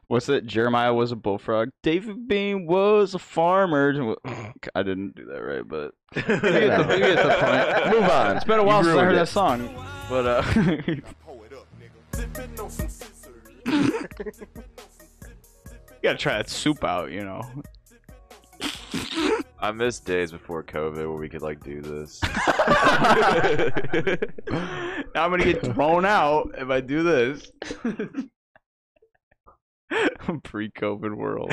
Speaker 1: What's it? Jeremiah was a bullfrog. David Bean was a farmer. I didn't do that right, but we get the, we get the point.
Speaker 4: Move on.
Speaker 1: It's been a while
Speaker 4: You
Speaker 1: since I heard
Speaker 4: ruined
Speaker 1: that
Speaker 4: it.
Speaker 1: song. But uh, you gotta try that soup out, you know.
Speaker 5: I miss days before COVID where we could like do this.
Speaker 1: Now I'm gonna get thrown out if I do this. Pre-COVID world,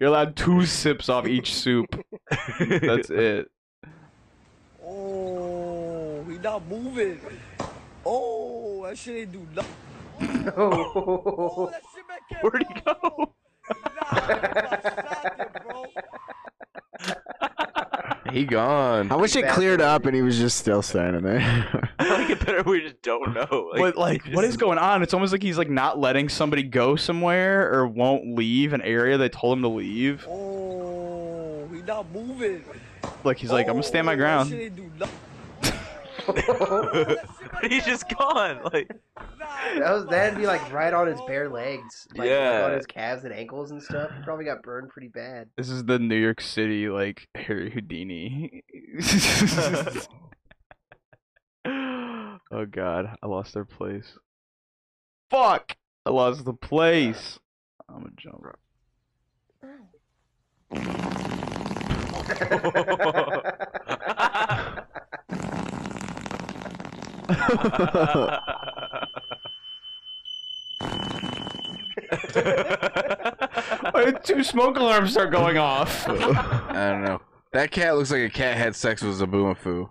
Speaker 1: you're allowed two sips off each soup. That's it.
Speaker 13: Oh, he not moving. Oh, that shit ain't do nothing.
Speaker 3: Oh,
Speaker 13: that shit back there. Where'd he go?
Speaker 4: He gone.
Speaker 2: I wish it cleared up and he was just still standing there.
Speaker 5: like it better we just don't know. Like,
Speaker 1: but like, what is going on? It's almost like he's like not letting somebody go somewhere or won't leave an area they told him to leave.
Speaker 13: Oh, he not moving.
Speaker 1: Like he's like, I'm gonna stand my
Speaker 13: Oh,
Speaker 1: ground.
Speaker 13: That shit ain't do nothing.
Speaker 5: He's just gone. Like
Speaker 3: That was that'd be like right on his bare legs, like,
Speaker 1: Yeah.
Speaker 3: like on his calves and ankles and stuff. He probably got burned pretty bad.
Speaker 1: This is the New York City like Harry Houdini. oh God, I lost their place. Fuck, I lost the place. I'm a jump. Why did two smoke alarms start going off?
Speaker 4: I don't know. That cat looks like a cat had sex with a boomafoo.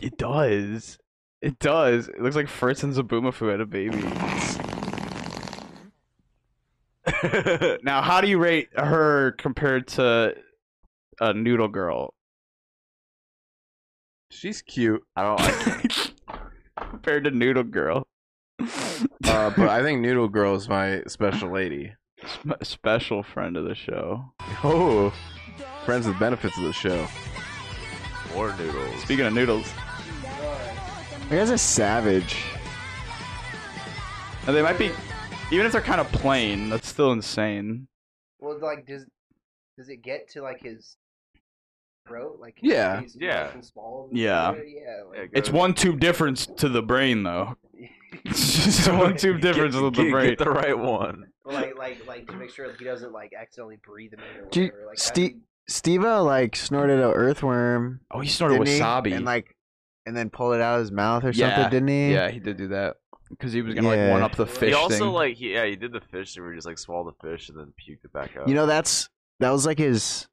Speaker 1: It does. It does. It looks like Fritz and Zabumafu had a baby. now, how do you rate her compared to a noodle girl?
Speaker 4: She's cute.
Speaker 5: I don't
Speaker 1: compared to noodle girl.
Speaker 4: Uh, but I think Noodle Girl is my special lady.
Speaker 1: Spe- special friend of the show.
Speaker 4: Oh, friends with benefits of the show.
Speaker 5: More noodles.
Speaker 1: Speaking of noodles,
Speaker 2: That guy's a savage.
Speaker 1: now they might be, even if they're kind of plain, that's still insane.
Speaker 3: Well, like does does it get to like his throat? Like
Speaker 1: Yeah.
Speaker 3: he's
Speaker 1: Yeah.
Speaker 3: nice and Small
Speaker 1: Yeah.
Speaker 3: yeah. Like,
Speaker 1: It's one tube difference to the brain, though. it's just one tube difference to the
Speaker 5: get-
Speaker 1: brain.
Speaker 5: get the right one.
Speaker 3: like like like to make sure he doesn't like accidentally breathe him in or
Speaker 2: Do you,
Speaker 3: whatever. Like I-
Speaker 2: Ste- Steve-O, like, snorted a earthworm.
Speaker 1: Oh, he snorted
Speaker 2: didn't he?
Speaker 1: wasabi.
Speaker 2: And, like, and then pulled it out of his mouth or something, didn't he?
Speaker 1: Yeah, he did do that because he was gonna
Speaker 2: Yeah.
Speaker 1: like one up the fish
Speaker 5: he also
Speaker 1: thing.
Speaker 5: like he, yeah he did the fish and we just like swallowed the fish and then puked it back up.
Speaker 2: You know, that's, that was like his,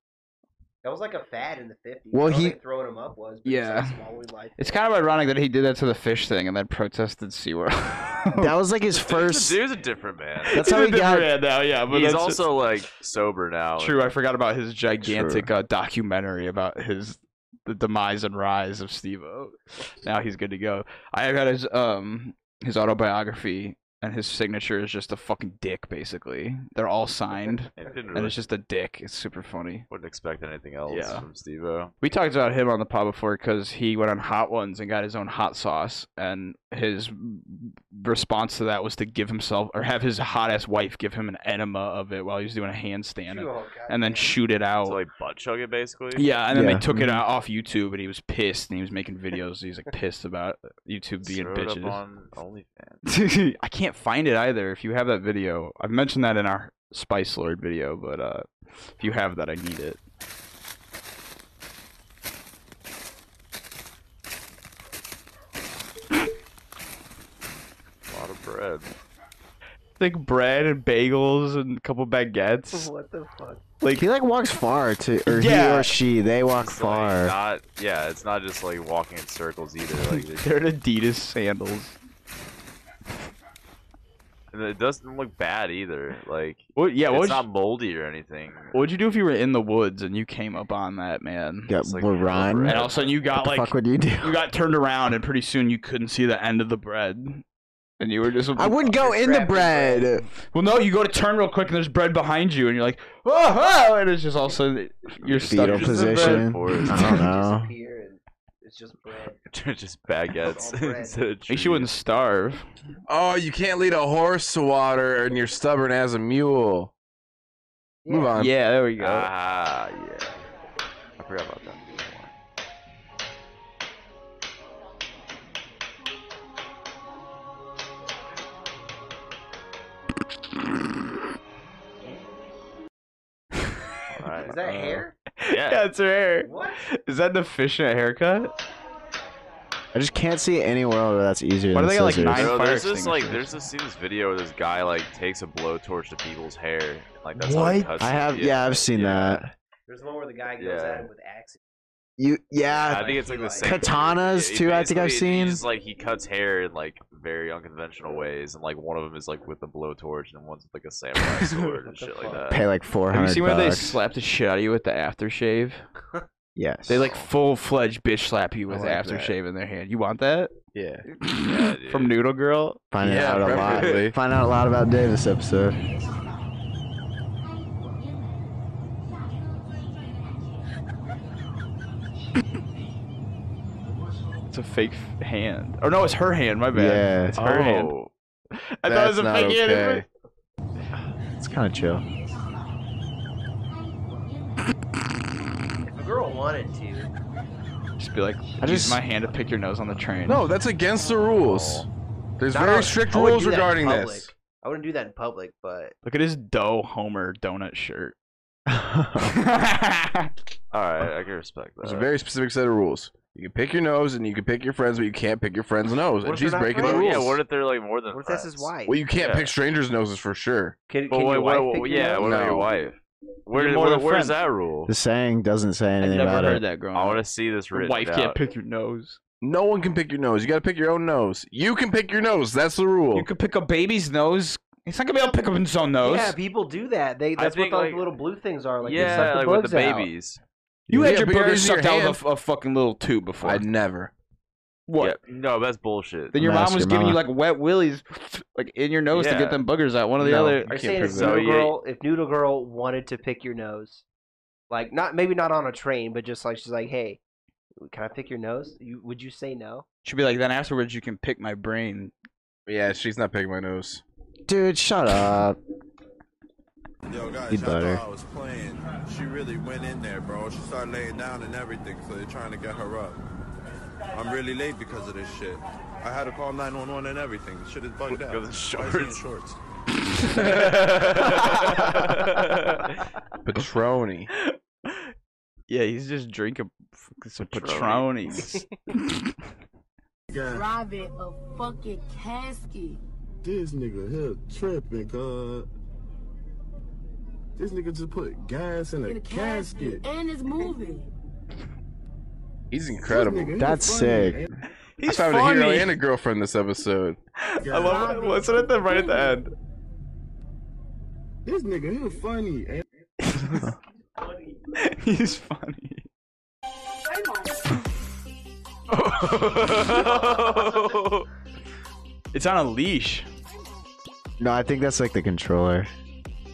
Speaker 3: that was like a fad in the fifties.
Speaker 1: Well,
Speaker 3: I don't
Speaker 1: he-
Speaker 3: think throwing him up was. But
Speaker 1: yeah,
Speaker 3: It's like swallowing life.
Speaker 1: it's kind of ironic that he did that to the fish thing and then protested SeaWorld.
Speaker 2: that was like his
Speaker 5: Dude's
Speaker 2: first,
Speaker 5: a- dude's a different man.
Speaker 2: That's how he got-
Speaker 1: now, yeah, but
Speaker 5: he's
Speaker 1: that's
Speaker 5: also like sober now.
Speaker 1: true. I forgot about his gigantic
Speaker 5: True.
Speaker 1: uh, documentary about his the demise and rise of Steve-O. Now he's good to go. I have got his um his autobiography. And his signature is just a fucking dick, basically. They're all signed,
Speaker 5: It didn't
Speaker 1: and
Speaker 5: really-
Speaker 1: it's just a dick. It's super funny.
Speaker 5: Wouldn't expect anything else
Speaker 1: Yeah.
Speaker 5: from Steve-O.
Speaker 1: We talked about him on the pod before because he went on Hot Ones and got his own hot sauce, and his response to that was to give himself or have his hot ass wife give him an enema of it while he was doing a handstand, and,
Speaker 5: Oh,
Speaker 1: and then shoot it out.
Speaker 5: So like butt chug it basically.
Speaker 1: Oh. yeah, and then
Speaker 5: Yeah.
Speaker 1: they took
Speaker 2: Mm-hmm.
Speaker 1: it out off YouTube, and he was pissed, and he was making videos. He's like pissed about YouTube being
Speaker 5: Throw it up
Speaker 1: bitches.
Speaker 5: on OnlyFans.
Speaker 1: I can't find it either. If you have that video, I've mentioned that in our Spice Lord video, but uh, if you have that, I need it.
Speaker 5: A lot of bread.
Speaker 1: thick bread and bagels and a couple baguettes.
Speaker 3: What the fuck?
Speaker 1: Like
Speaker 2: he like walks far to, or he
Speaker 1: Yeah.
Speaker 2: or she they walk
Speaker 5: It's, like,
Speaker 2: far.
Speaker 5: not yeah, it's not just like walking in circles either. Like
Speaker 1: They're in Adidas sandals.
Speaker 5: and it doesn't look bad either. Like
Speaker 1: What- yeah, what
Speaker 5: it's
Speaker 1: would you-
Speaker 5: not moldy or anything.
Speaker 1: What would you do if you were in the woods and you came up on that man?
Speaker 2: Yeah,
Speaker 1: It's like-
Speaker 2: we're Ron.
Speaker 1: And all of a sudden you got
Speaker 2: what the
Speaker 1: like
Speaker 2: fuck would you do?
Speaker 1: you got turned around and pretty soon you couldn't see the end of the bread. And you were just
Speaker 2: I wouldn't go in the bread.
Speaker 1: Well no, you go to turn real quick and there's bread behind you and you're like, oh, oh and it's just also you're stuck
Speaker 2: Fetal
Speaker 1: in the bread.
Speaker 2: position.
Speaker 5: forest.
Speaker 2: I don't know.
Speaker 3: Here and it's just bread.
Speaker 5: just baguettes
Speaker 3: bread.
Speaker 5: instead of
Speaker 1: At least you wouldn't starve.
Speaker 4: Oh, you can't lead a horse to water, and you're stubborn as a mule. Move on.
Speaker 1: Yeah, there we go.
Speaker 5: Ah, yeah. I forgot about that. Alright.
Speaker 3: Is
Speaker 5: uh,
Speaker 3: that hair?
Speaker 5: Yeah.
Speaker 1: That's rare.
Speaker 3: What?
Speaker 1: Is that an efficient haircut?
Speaker 2: I just can't see any world where that's easier.
Speaker 1: Why do
Speaker 2: than
Speaker 1: they got, like,
Speaker 2: scissors.
Speaker 1: nine-
Speaker 5: Bro,
Speaker 1: fire
Speaker 5: there's this like,
Speaker 1: extinguishers.
Speaker 5: there's this see this video where this guy like takes a blowtorch to people's hair, like that's how he cuts
Speaker 2: I
Speaker 5: them.
Speaker 2: have. Yeah, I've seen that.
Speaker 3: There's one where the guy goes
Speaker 5: Yeah.
Speaker 3: at him with axes.
Speaker 2: You. Yeah.
Speaker 5: I think it's like the same.
Speaker 2: Katanas
Speaker 5: Yeah,
Speaker 2: too. I think I've
Speaker 5: basically-
Speaker 2: seen.
Speaker 5: He's like he cuts hair in like very unconventional ways, and like one of them is like with a blowtorch, and one's with like a samurai sword and shit like that.
Speaker 2: Pay like four
Speaker 1: Have you
Speaker 2: hundred.
Speaker 1: seen where they slap the shit out of you with the aftershave?
Speaker 2: Yes.
Speaker 1: They like full fledged bitch slap you with
Speaker 2: like that.
Speaker 1: aftershave in their hand. You want that?
Speaker 4: Yeah.
Speaker 1: From Noodle Girl?
Speaker 2: Find
Speaker 1: Yeah,
Speaker 2: out a
Speaker 1: preferably.
Speaker 2: lot. Find out a lot about Dave this episode.
Speaker 1: It's a fake f- hand. Or no, it's her hand. My bad.
Speaker 2: Yeah.
Speaker 1: It's her hand.
Speaker 5: Oh.
Speaker 1: I thought it was a
Speaker 2: That's
Speaker 1: fake
Speaker 2: not
Speaker 1: hand. It
Speaker 2: okay. It's kind of chill.
Speaker 3: If a girl wanted to,
Speaker 1: was- Just be like, I just use my hand to pick your nose on the train.
Speaker 4: No, that's against the rules.
Speaker 5: Oh.
Speaker 4: There's
Speaker 3: Not
Speaker 4: very
Speaker 3: on-
Speaker 4: strict
Speaker 3: I
Speaker 4: rules
Speaker 3: wouldn't do that in
Speaker 4: regarding
Speaker 3: public.
Speaker 4: this.
Speaker 3: I wouldn't do that in public, but
Speaker 1: Look at his dough Homer donut shirt.
Speaker 5: All right, I can respect that.
Speaker 4: There's a very specific set of rules. You can pick your nose and you can pick your friends, but you can't pick your friend's nose.
Speaker 5: What
Speaker 4: And
Speaker 5: if they're
Speaker 4: she's
Speaker 5: not
Speaker 4: breaking the
Speaker 5: friends?
Speaker 4: rules.
Speaker 5: Yeah, what if they're like more than?
Speaker 3: what if that's his wife?
Speaker 4: Well, you can't
Speaker 5: Yeah.
Speaker 4: pick strangers' noses for sure.
Speaker 3: Can,
Speaker 5: But
Speaker 3: can
Speaker 5: wait,
Speaker 3: your
Speaker 5: what,
Speaker 3: wife pick
Speaker 5: what,
Speaker 3: your
Speaker 5: yeah,
Speaker 3: nose?
Speaker 5: what about your
Speaker 4: No.
Speaker 5: wife?
Speaker 1: You're
Speaker 5: Where,
Speaker 1: more
Speaker 5: where-
Speaker 1: than
Speaker 5: where's
Speaker 1: friends.
Speaker 5: that rule?
Speaker 2: The saying doesn't say
Speaker 1: I
Speaker 2: anything
Speaker 1: never
Speaker 2: about
Speaker 1: heard
Speaker 2: it.
Speaker 1: that growing
Speaker 5: I
Speaker 1: up.
Speaker 5: want to see this
Speaker 1: Your
Speaker 5: written
Speaker 1: wife can't
Speaker 5: out.
Speaker 1: pick your nose.
Speaker 4: No one can pick your nose. You got to pick your own nose. You can pick your nose. That's the rule.
Speaker 1: You could pick a baby's nose. He's not gonna be able to pick up his own nose.
Speaker 3: Yeah, people do that. They
Speaker 5: I
Speaker 3: that's what
Speaker 5: think,
Speaker 3: the
Speaker 5: like-
Speaker 3: little blue things are. Like they
Speaker 5: yeah,
Speaker 3: suck the
Speaker 5: like with the
Speaker 3: bugs out.
Speaker 5: babies.
Speaker 1: you had
Speaker 4: Yeah,
Speaker 1: your
Speaker 4: but you're
Speaker 1: burger
Speaker 4: using your
Speaker 1: sucked out
Speaker 4: hand.
Speaker 1: of a, a fucking little tube before.
Speaker 4: I never.
Speaker 1: what?
Speaker 5: Yeah, no, that's bullshit.
Speaker 1: Then your
Speaker 2: I'm
Speaker 1: mom
Speaker 2: gonna ask
Speaker 1: was
Speaker 2: your
Speaker 1: giving you
Speaker 2: mama.
Speaker 1: like wet willies, like in your nose to
Speaker 5: Yeah.
Speaker 1: get them buggers out. One or the
Speaker 4: No.
Speaker 1: other.
Speaker 4: I
Speaker 3: Are you
Speaker 4: can't
Speaker 3: saying
Speaker 4: prove
Speaker 3: if
Speaker 5: that.
Speaker 3: Noodle
Speaker 5: So, Oh, yeah.
Speaker 3: Girl, if Noodle Girl wanted to pick your nose, like not maybe not on a train, but just like she's like, hey, can I pick your nose? You, would you say no?
Speaker 1: She'd be like, then afterwards you can pick my brain.
Speaker 4: Yeah, she's not picking my nose.
Speaker 2: Dude, shut up.
Speaker 14: Yo, guys,
Speaker 2: You
Speaker 14: y'all thought
Speaker 2: better.
Speaker 14: I was playing. She really went in there, bro. She started laying down and everything, so they're trying to get her up. I'm really late because of this shit. I had to call 911 and everything. The shit is bugged out.
Speaker 5: Because
Speaker 14: Why
Speaker 5: of
Speaker 14: is he in
Speaker 5: shorts.
Speaker 14: shorts.
Speaker 4: Patroni.
Speaker 1: Yeah, he's just drinking fucking some
Speaker 5: Patron.
Speaker 1: Patronis.
Speaker 15: Private a fucking casket.
Speaker 16: This nigga here tripping, cuz. This nigga just put gas in a,
Speaker 15: In a
Speaker 16: casket.
Speaker 15: casket. And it's moving.
Speaker 4: He's incredible.
Speaker 2: That's sick.
Speaker 4: I found a hero and a girlfriend this episode.
Speaker 1: I love it. Listen at the right at the end.
Speaker 16: This nigga here funny. And
Speaker 1: He's funny. it's on a leash.
Speaker 2: No, I think that's like the controller.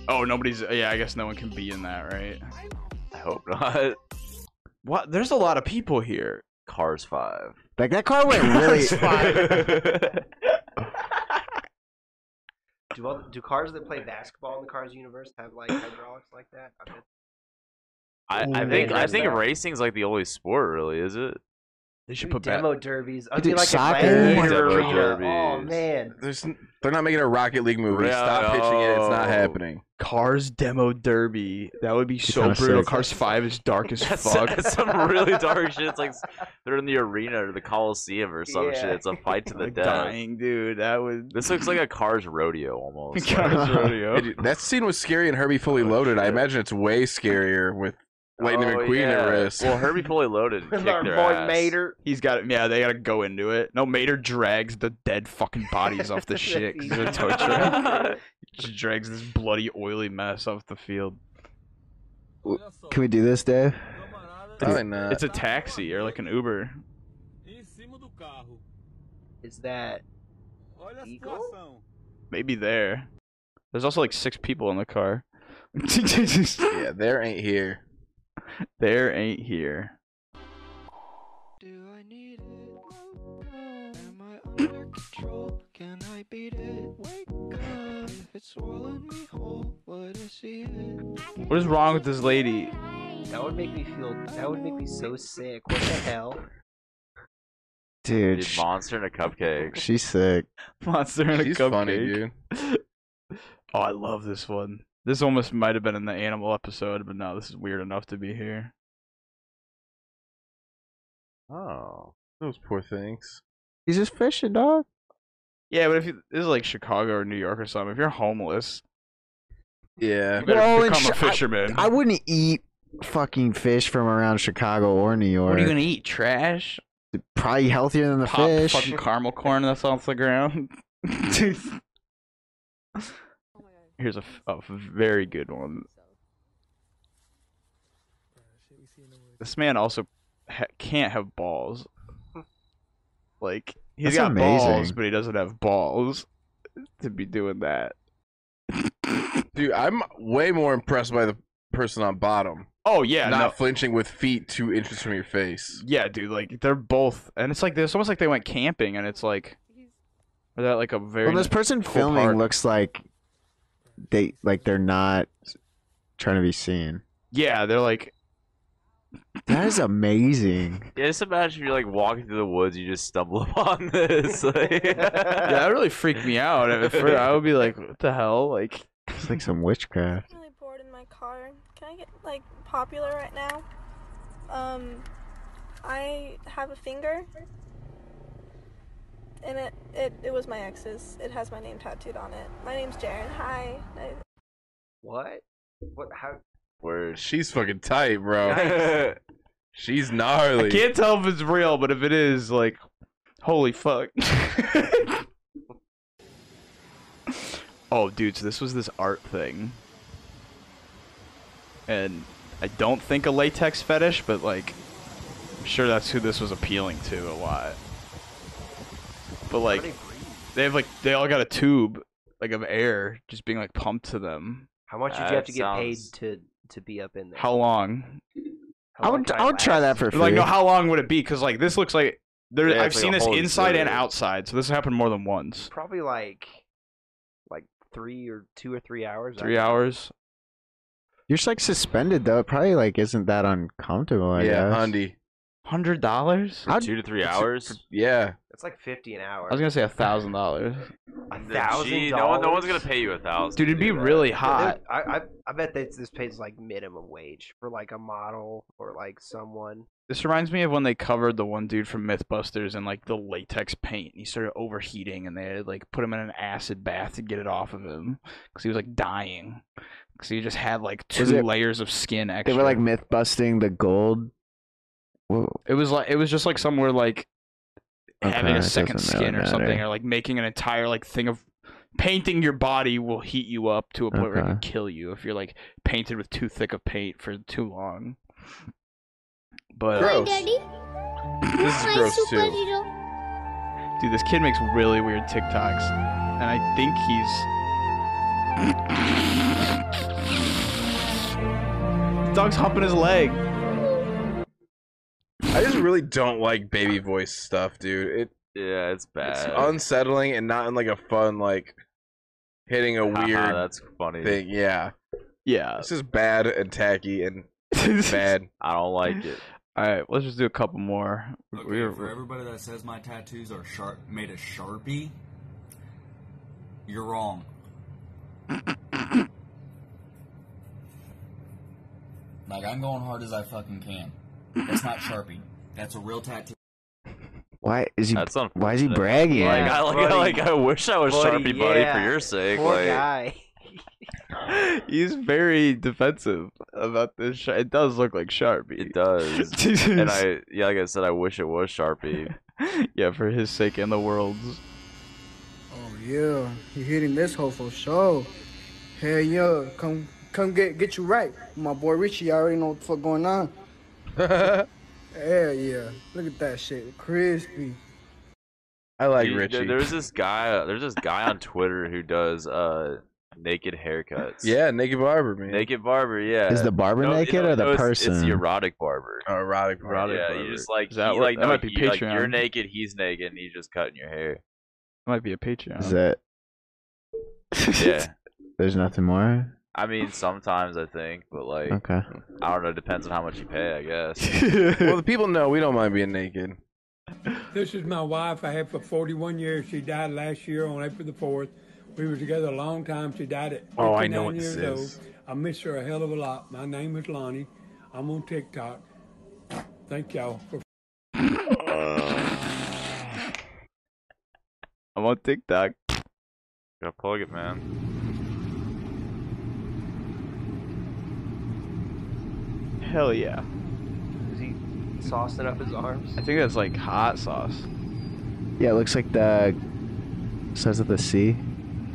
Speaker 1: Oh, nobody's. Yeah, I guess no one can be in that, right?
Speaker 5: I hope not.
Speaker 1: What? There's a lot of people here.
Speaker 5: Cars Five.
Speaker 2: Like that car went really.
Speaker 3: Do all, do cars that play basketball in the Cars universe have like hydraulics like that? I bet-
Speaker 5: I, I
Speaker 3: Ooh,
Speaker 5: think I
Speaker 3: that's
Speaker 5: think
Speaker 3: bad.
Speaker 5: racing's like the only sport, really, is it?
Speaker 1: They
Speaker 3: should
Speaker 1: put
Speaker 3: demo
Speaker 1: bat-
Speaker 3: derbies.
Speaker 1: You
Speaker 3: I'd
Speaker 1: think
Speaker 3: like
Speaker 1: soccer?
Speaker 3: Atlanta
Speaker 1: Yeah,
Speaker 3: or
Speaker 1: demo
Speaker 3: Arena. Oh
Speaker 1: derbies.
Speaker 3: man,
Speaker 4: There's, n- they're not making a Rocket League movie. Stop pitching it. It's
Speaker 1: oh.
Speaker 4: not happening.
Speaker 1: Cars demo derby. That would be so
Speaker 4: kinda
Speaker 1: brutal.
Speaker 4: sick.
Speaker 1: Cars five is dark as
Speaker 5: That's,
Speaker 1: fuck.
Speaker 5: that's some really dark shit. It's like they're in the arena or the Coliseum or some
Speaker 1: Yeah.
Speaker 5: shit. It's a fight to the
Speaker 1: Like
Speaker 5: death.
Speaker 1: dying, dude. That would.
Speaker 5: This looks like a Cars rodeo almost.
Speaker 1: Cars
Speaker 5: Like,
Speaker 1: rodeo.
Speaker 4: It- that scene was scary and Herbie Fully Loaded. I imagine it's way scarier with Lightning
Speaker 5: Oh,
Speaker 4: McQueen at
Speaker 5: yeah.
Speaker 4: risk.
Speaker 5: Well, Herbie Fully Loaded kicked
Speaker 3: Our
Speaker 5: their
Speaker 3: boy
Speaker 5: ass.
Speaker 3: Mater.
Speaker 1: He's got it. Yeah, they gotta go into it. No, Mater drags the dead fucking bodies off the shit because they're tow truck. She drags this bloody oily mess off the field.
Speaker 2: Can we do this, Dave?
Speaker 1: It's,
Speaker 2: Probably
Speaker 5: Uh,
Speaker 2: not.
Speaker 1: it's a taxi or like an Uber.
Speaker 3: is that Eagle?
Speaker 1: Maybe there. There's also like six people in the car.
Speaker 4: yeah, there ain't here.
Speaker 1: There ain't here. What is wrong with this lady?
Speaker 3: That would make me feel. That would make me so sick. What the hell?
Speaker 2: Dude,
Speaker 5: Dude,
Speaker 2: sh-
Speaker 5: monster and a cupcake.
Speaker 2: she's sick.
Speaker 1: Monster in a
Speaker 5: She's
Speaker 1: cupcake.
Speaker 5: funny,
Speaker 1: oh, I love this one. This almost might have been in the animal episode, but no, this is weird enough to be here.
Speaker 4: Oh, those poor things.
Speaker 2: He's just fishing, dog.
Speaker 1: Yeah, but if you, this is like Chicago or New York or something, if you're homeless,
Speaker 4: yeah,
Speaker 1: you better
Speaker 2: Well, and
Speaker 1: become a
Speaker 2: sh- I-
Speaker 1: fisherman.
Speaker 2: I wouldn't eat fucking fish from around Chicago or New York.
Speaker 1: what are you gonna eat? Trash?
Speaker 2: Probably healthier than the
Speaker 1: Pop
Speaker 2: fish.
Speaker 1: fucking caramel corn that's off the ground. Here's a, f- a very good one. This man also ha- can't have balls. Like he's
Speaker 2: That's
Speaker 1: got balls,
Speaker 2: amazing.
Speaker 1: but he doesn't have balls to be doing that.
Speaker 4: Dude, I'm way more impressed by the person on bottom.
Speaker 1: Oh yeah,
Speaker 4: not
Speaker 1: no.
Speaker 4: flinching with feet two inches from your face.
Speaker 1: Yeah, dude, like they're both, and it's like it's almost like they went camping, and it's like, is that like a very
Speaker 2: Well, this person
Speaker 1: cool
Speaker 2: filming
Speaker 1: park?
Speaker 2: looks like they like they're not trying to be seen.
Speaker 1: Yeah, they're like
Speaker 2: That is amazing.
Speaker 5: Yeah, just imagine if you're like walking through the woods, you just stumble upon this. Like,
Speaker 1: yeah, that really freaked me out. At first, I would be like, what the hell? Like,
Speaker 2: It's like some witchcraft.
Speaker 17: really bored in my car. Can I get like popular right now? Um, I have a finger, and it it, it was my ex's. It has my name tattooed on it. My name's Jaren. Hi. I-
Speaker 3: What? What? How?
Speaker 4: Where she's fucking tight, bro.
Speaker 1: Nice.
Speaker 4: she's gnarly.
Speaker 1: I can't tell if it's real, but if it is, like, holy fuck. oh, dude, so this was this art thing. And I don't think a latex fetish, but, like, I'm sure that's who this was appealing to a lot. But, like, they have, like, they all got a tube, like, of air just being, like, pumped to them.
Speaker 3: How much did you have to get paid to to be up in there?
Speaker 1: How long?
Speaker 3: How long did last?
Speaker 1: Like, no, how long would it be? Because like this looks like there.
Speaker 5: Yeah,
Speaker 1: I've
Speaker 5: it's like
Speaker 1: seen
Speaker 5: a
Speaker 1: this
Speaker 5: whole
Speaker 1: inside and
Speaker 5: exhibit.
Speaker 1: outside, so this happened more than once.
Speaker 3: Probably like, like three or two or three hours.
Speaker 1: Three hours.
Speaker 2: You're just like suspended though. It probably like isn't that uncomfortable. I
Speaker 4: yeah,
Speaker 2: guess.
Speaker 4: Hundy.
Speaker 1: Hundred dollars?
Speaker 2: I'd-
Speaker 5: two to three hours.
Speaker 4: Yeah.
Speaker 3: It's like fifty an hour.
Speaker 1: I was gonna say a thousand dollars,
Speaker 3: a
Speaker 5: The-
Speaker 3: thousand
Speaker 5: gee, No, one- no one's gonna
Speaker 3: dollars?
Speaker 5: pay you a thousand.
Speaker 1: dude.
Speaker 5: to
Speaker 1: It'd be
Speaker 5: do that.
Speaker 1: really
Speaker 3: Yeah,
Speaker 1: hot.
Speaker 3: they're- I, I I bet that this pays like minimum wage for like a model or like someone.
Speaker 1: This reminds me of when they covered the one dude from MythBusters in like the latex paint. and He started overheating, and they had to, like put him in an acid bath to get it off of him because he was like dying. Because he just had like
Speaker 2: Was
Speaker 1: two
Speaker 2: it-
Speaker 1: layers of skin
Speaker 2: They
Speaker 1: extra.
Speaker 2: were like myth busting the gold. Whoa.
Speaker 1: It was like it was just like somewhere like having
Speaker 2: Okay,
Speaker 1: a
Speaker 2: it
Speaker 1: second
Speaker 2: doesn't
Speaker 1: skin
Speaker 2: really
Speaker 1: or something,
Speaker 2: matter.
Speaker 1: or like making an entire like thing of painting your body will heat you up to a point where it can
Speaker 2: Okay.
Speaker 1: kill you if you're like painted with too thick of paint for too long. But
Speaker 4: This is gross too.
Speaker 1: uh, dude, this kid makes really weird TikToks, and I think he's dog's humping his leg.
Speaker 4: I just really don't like baby voice stuff, dude. It
Speaker 5: Yeah, it's bad.
Speaker 4: it's unsettling and not in like a fun like hitting a
Speaker 5: Haha,
Speaker 4: weird
Speaker 5: that's funny.
Speaker 4: thing. Yeah,
Speaker 1: yeah.
Speaker 4: This is bad and tacky and bad.
Speaker 5: I don't like it.
Speaker 1: All right, let's just do a couple more. We-
Speaker 18: Okay,
Speaker 1: we're-
Speaker 18: for everybody that says my tattoos are sharp, made of Sharpie, you're wrong. like I'm going hard as I fucking can. That's not Sharpie. That's a real tattoo.
Speaker 2: Why is he? why is he bragging?
Speaker 5: Like I like, I like I wish I was
Speaker 1: Buddy,
Speaker 5: Sharpie buddy for
Speaker 1: yeah.
Speaker 5: your sake.
Speaker 1: Poor
Speaker 5: like,
Speaker 1: guy. He's very defensive about this. Sh- it does look like Sharpie. It
Speaker 5: does. and I yeah, like I said, I wish it was Sharpie.
Speaker 1: yeah, for his sake and the world's.
Speaker 19: Oh yeah, you hitting this hoe for sure. Hell yeah, come come get get you right. My boy Richie, I already know what the fuck going on. Hell yeah, look at that shit, crispy.
Speaker 4: I like
Speaker 5: Dude, there-
Speaker 4: Richie.
Speaker 5: There's this guy. There's this guy on Twitter who does uh naked haircuts.
Speaker 4: Yeah, Naked Barber, man.
Speaker 5: Naked barber, yeah.
Speaker 4: Is the barber naked or the
Speaker 5: It's, it's
Speaker 4: person?
Speaker 5: the erotic barber.
Speaker 4: erotic barber.
Speaker 5: yeah,
Speaker 4: barber.
Speaker 5: you just like
Speaker 4: Is that
Speaker 5: he,
Speaker 4: what-
Speaker 5: like
Speaker 4: that
Speaker 5: no,
Speaker 4: might be
Speaker 5: he, like,
Speaker 1: Patreon.
Speaker 5: you're naked, he's naked, and he's just cutting your hair.
Speaker 1: Might be a Patreon.
Speaker 2: Is that?
Speaker 5: Yeah.
Speaker 2: There's nothing more.
Speaker 5: I mean, sometimes I think, but like,
Speaker 2: Okay.
Speaker 5: I don't know. Depends on how much you pay, I guess.
Speaker 4: well, the people know we don't mind being naked.
Speaker 20: This is my wife. I had for 41 years. She died last year on April the 4th. We were together a long time. She died at 59
Speaker 4: Oh, I know what
Speaker 20: years
Speaker 4: this is.
Speaker 20: old. I miss her a hell of a lot. My name is Lonnie. I'm on TikTok. Thank y'all for
Speaker 1: I'm on TikTok.
Speaker 5: Gotta plug it, man.
Speaker 1: Hell yeah.
Speaker 3: Is he saucing up his arms?
Speaker 1: I think that's like hot sauce.
Speaker 2: Yeah, it looks like the. Says it the sea?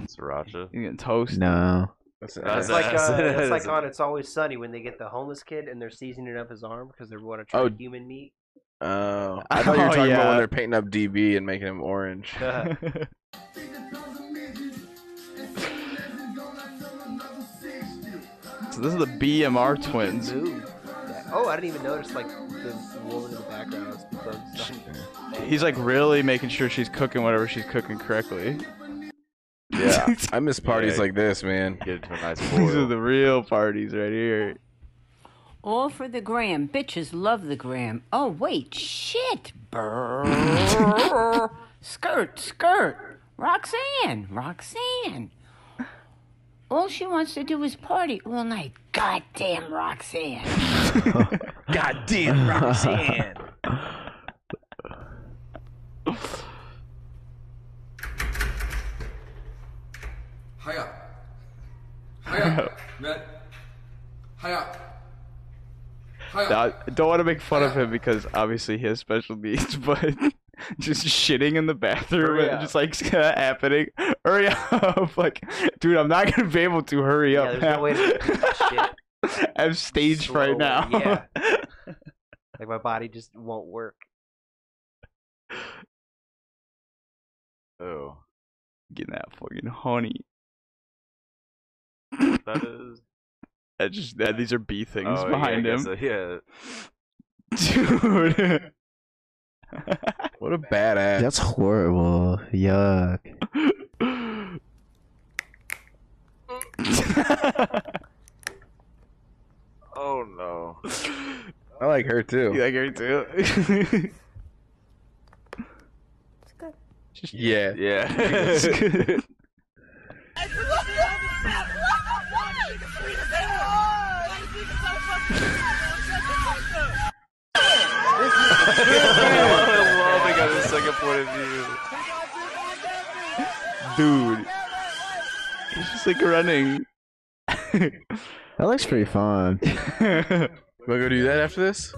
Speaker 5: Sriracha.
Speaker 1: You getting toast?
Speaker 2: No.
Speaker 3: That's like uh, that's like on It's Always Sunny when they get the homeless kid and they're seasoning up his arm because they want to try
Speaker 4: Oh.
Speaker 3: human meat.
Speaker 4: Oh, I thought you
Speaker 1: Oh,
Speaker 4: were talking about
Speaker 1: yeah.
Speaker 4: when they're painting up DB and making him orange.
Speaker 1: So this is the BMR twins.
Speaker 3: Oh, I didn't even notice like the woman in the background was closed on.
Speaker 1: He's like really making sure she's cooking whatever she's cooking correctly.
Speaker 4: Yeah, I miss parties
Speaker 1: Yeah.
Speaker 4: like this, man.
Speaker 5: Get into a nice
Speaker 1: These are the real parties right here.
Speaker 15: All for the gram. Bitches love the gram. Oh, wait. Shit. skirt, skirt. Roxanne, Roxanne. All she wants to do is party all night. Goddamn Roxanne.
Speaker 4: Goddamn
Speaker 15: Roxanne.
Speaker 18: Hiya. Hiya. Red. Hiya.
Speaker 1: Now, I don't want to make fun of him because obviously he has special needs, but just shitting in the bathroom
Speaker 3: Hurry
Speaker 1: and
Speaker 3: up.
Speaker 1: just like happening. Hurry up! Like, dude, I'm not gonna be able to hurry
Speaker 3: Yeah,
Speaker 1: up.
Speaker 3: there's no way to do that
Speaker 1: I'm staged right now.
Speaker 3: Yeah. like my body just won't work.
Speaker 5: Oh,
Speaker 1: getting that fucking honey.
Speaker 5: that is.
Speaker 1: That just that these are B things
Speaker 5: Oh, yeah, I
Speaker 1: behind
Speaker 5: guess
Speaker 1: him.
Speaker 5: so, yeah.
Speaker 1: Dude.
Speaker 4: what a badass.
Speaker 2: That's horrible. Yuck.
Speaker 5: Oh no.
Speaker 4: I like her too.
Speaker 1: You like her too?
Speaker 4: yeah.
Speaker 5: Yeah. I love it on the second point
Speaker 1: Dude.
Speaker 5: of view.
Speaker 1: He's just like running.
Speaker 2: That looks pretty fun.
Speaker 4: We'll go do that after this?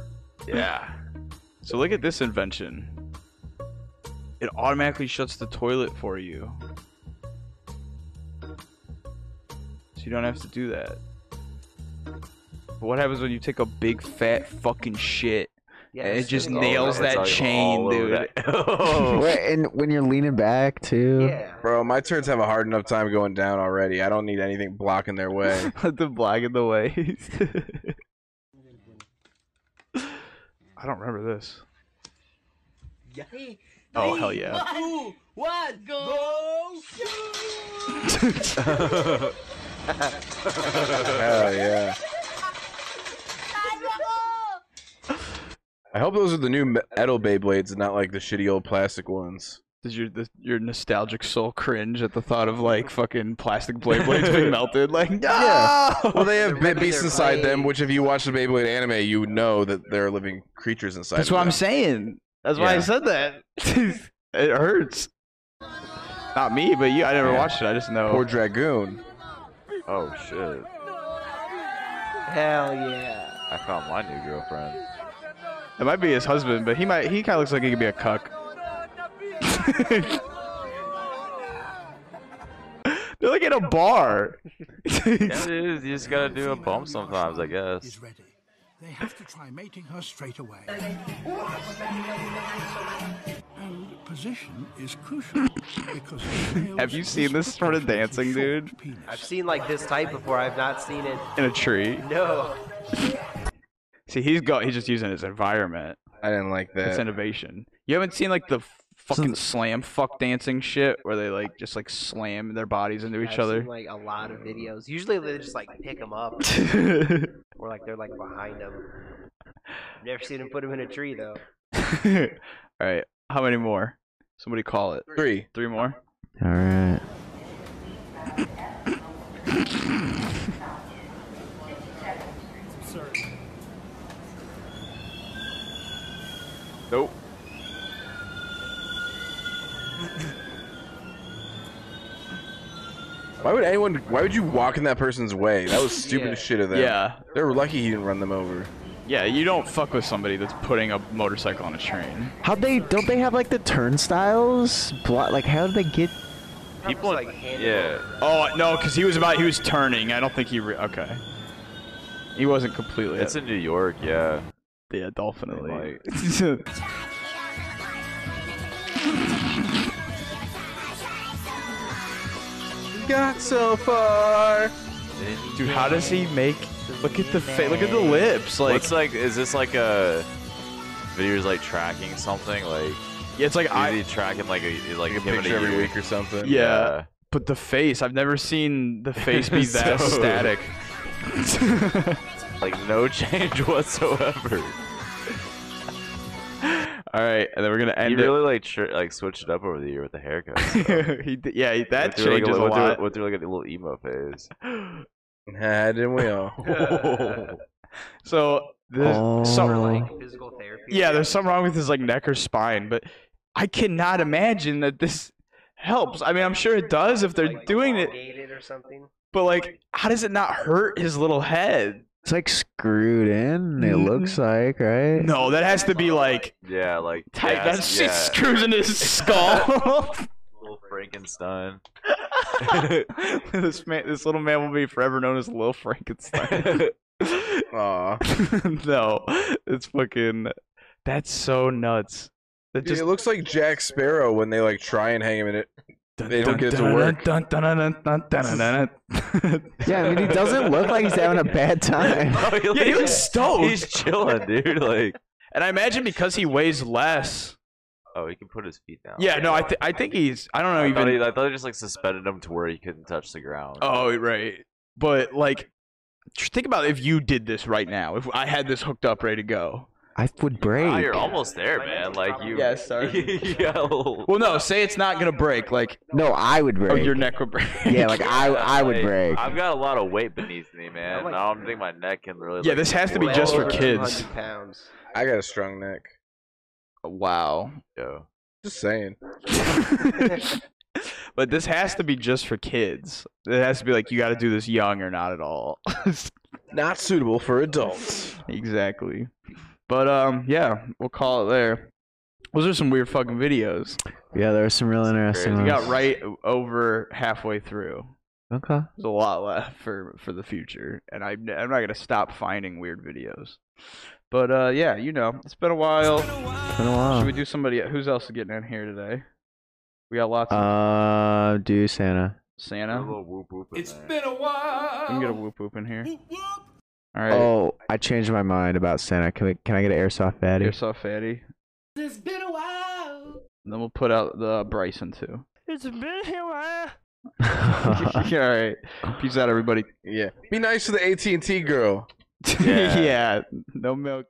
Speaker 1: Yeah. So look at this invention. It automatically shuts the toilet for you. So you don't have to do that. But what happens when you take a big fat fucking shit?
Speaker 3: Yeah,
Speaker 1: and it
Speaker 3: it's
Speaker 1: just
Speaker 3: all
Speaker 1: nails
Speaker 3: over- it's
Speaker 1: that
Speaker 3: all
Speaker 1: chain,
Speaker 3: over Oh.
Speaker 1: dude.
Speaker 5: Oh.
Speaker 2: Wait, and when you're leaning back too.
Speaker 4: Bro, my turds have a hard enough time going down already. I don't need anything blocking their way.
Speaker 1: Put the black in the way. I don't remember this. Oh, hell yeah.
Speaker 10: Two, one, go!
Speaker 4: Hell yeah. I hope those are the new Edelbay blades and not like the shitty old plastic ones.
Speaker 1: Does your the, your nostalgic soul cringe at the thought of like fucking plastic blade blades being melted? Like, no.
Speaker 4: Well, they have bit beasts inside them, which if you watch the Beyblade anime, you know that there are living creatures inside.
Speaker 1: That's
Speaker 4: of
Speaker 1: what
Speaker 4: them.
Speaker 1: I'm saying. That's why I
Speaker 4: Yeah.
Speaker 1: said that. it hurts. Not me, but you. I never watched it. I just know.
Speaker 4: Poor Dragoon.
Speaker 5: Oh shit!
Speaker 3: Hell yeah.
Speaker 5: I found my new girlfriend.
Speaker 1: It might be his husband, but he might. He kind of looks like he could be a cuck. They're like in a bar.
Speaker 5: yeah, it is. You just gotta do a bump sometimes, I guess.
Speaker 21: They have to try mating her straight away. And position is crucial because
Speaker 1: Have you seen this sort of dancing, dude?
Speaker 3: I've seen like this type before. I've not seen it.
Speaker 1: In a tree.
Speaker 3: No.
Speaker 1: See, he's got. He's just using his environment.
Speaker 4: I didn't like
Speaker 1: It's
Speaker 4: that.
Speaker 1: innovation. You haven't seen like the fucking slam fuck dancing shit where they like just like slam their bodies into each
Speaker 3: I've
Speaker 1: other.
Speaker 3: Seen, like a lot of videos. Usually they just like pick them up, or like they're like behind them. Never seen him put him in a tree though.
Speaker 1: All right, how many more? Somebody call it.
Speaker 4: Three.
Speaker 1: Three more.
Speaker 2: All right.
Speaker 1: Nope.
Speaker 4: Why would anyone? Why would you walk in that person's way? That was stupid
Speaker 1: Yeah.
Speaker 4: shit of them.
Speaker 1: Yeah.
Speaker 4: They were lucky he didn't run them over.
Speaker 1: Yeah, you don't fuck with somebody that's putting a motorcycle on a train.
Speaker 2: How they don't they have like the turnstiles? Blo- like how did they get?
Speaker 1: People like yeah. Oh no, because he was about he was turning. I don't think he re- okay. He wasn't completely.
Speaker 5: It's in New York, yeah.
Speaker 1: Yeah, definitely.
Speaker 4: Got so far.
Speaker 1: Dude, how does he make? Look at the fa- look at the lips. Like
Speaker 5: What's like? Is this like a video's like tracking something? Like
Speaker 1: yeah, it's like
Speaker 5: I tracking like a like, him in
Speaker 4: picture
Speaker 5: a
Speaker 4: every
Speaker 5: year.
Speaker 4: week or something.
Speaker 1: yeah. But the face, I've never seen the face be
Speaker 5: So-
Speaker 1: that static.
Speaker 5: like no change whatsoever.
Speaker 1: All right, and then we're gonna
Speaker 5: He
Speaker 1: end
Speaker 5: really like tr- like switched it up over the year with the haircut.
Speaker 1: it. he d- yeah, that
Speaker 5: Went through, like,
Speaker 1: changes a
Speaker 5: went through-
Speaker 1: lot.
Speaker 5: Went through like a little emo phase.
Speaker 4: Nah, didn't we all?
Speaker 1: So there's
Speaker 4: Oh.
Speaker 1: some
Speaker 4: Or,
Speaker 1: like
Speaker 3: physical therapy.
Speaker 1: Yeah, there's something wrong with his like neck or spine, but I cannot imagine that this helps. I mean, I'm sure it does if they're doing it,
Speaker 3: Gated or something.
Speaker 1: but like, how does it not hurt his little head?
Speaker 2: It's like screwed in. It
Speaker 1: Mm.
Speaker 2: looks like right.
Speaker 1: No, that has to be like
Speaker 5: Yeah, like
Speaker 1: tight.
Speaker 5: yeah,
Speaker 1: that shit screws into his skull.
Speaker 5: Little Frankenstein.
Speaker 1: this man, this little man will be forever known as Lil Frankenstein.
Speaker 4: Aw.
Speaker 1: no, it's fucking. That's so nuts. That
Speaker 4: Dude,
Speaker 1: just
Speaker 4: it looks like Jack Sparrow when they like try and hang him in it. They don't get it to work.
Speaker 2: Yeah, I mean he doesn't look like he's having a bad time.
Speaker 1: yeah, he looks stoked.
Speaker 5: He's chilling, dude. Like,
Speaker 1: and I imagine because he weighs less.
Speaker 5: oh, he can put his feet down.
Speaker 1: Yeah, no, I th- I think he's. I don't know
Speaker 5: I,
Speaker 1: even.
Speaker 5: thought he, I thought they just like suspended him to where he couldn't touch the ground.
Speaker 1: Oh, right. But like, tr- think about if you did this right now. If I had this hooked up, ready to go.
Speaker 2: I would break.
Speaker 5: Ah, you're almost there, man. Like you.
Speaker 1: Yeah, sorry.
Speaker 5: yeah. a little-
Speaker 1: Well, no, say it's not gonna break. Like,
Speaker 2: No, I would break.
Speaker 1: oh, your neck would break.
Speaker 2: Yeah, like I I would
Speaker 5: Like,
Speaker 2: break.
Speaker 5: I've got a lot of weight beneath me, man. I don't think my neck can really.
Speaker 1: Yeah,
Speaker 5: like,
Speaker 1: this has to be
Speaker 5: support
Speaker 1: just
Speaker 5: it.
Speaker 4: uh,
Speaker 1: for kids.
Speaker 3: Pounds.
Speaker 4: I got a strong neck.
Speaker 1: Wow.
Speaker 5: Yo.
Speaker 4: Just saying.
Speaker 1: But this has to be just for kids. It has to be like you got to do this young or not at all.
Speaker 4: Not suitable for adults.
Speaker 1: exactly. But um, yeah, we'll call it there. Those are some weird fucking videos.
Speaker 2: Yeah, there was some real interesting
Speaker 1: We
Speaker 2: ones.
Speaker 1: got right over halfway through.
Speaker 2: Okay.
Speaker 1: There's a lot left for for the future, and I, I'm not gonna stop finding weird videos. But uh, yeah, you know, it's been a while.
Speaker 2: Been a while.
Speaker 1: Should we do somebody? Who's else is getting in here today? We got lots of
Speaker 2: Uh, do Santa.
Speaker 1: Santa.
Speaker 7: It's been a while.
Speaker 1: I'm gonna whoop whoop in here. All right.
Speaker 2: Oh, I changed my mind about Santa. Can we, can I get an airsoft fatty?
Speaker 1: Airsoft Fatty.
Speaker 7: It's been a while.
Speaker 1: And then we'll put out the Bryson too.
Speaker 7: It's been a while.
Speaker 1: All right. Peace out, everybody.
Speaker 4: Yeah. Be nice to the AT and T girl.
Speaker 1: yeah. No milk.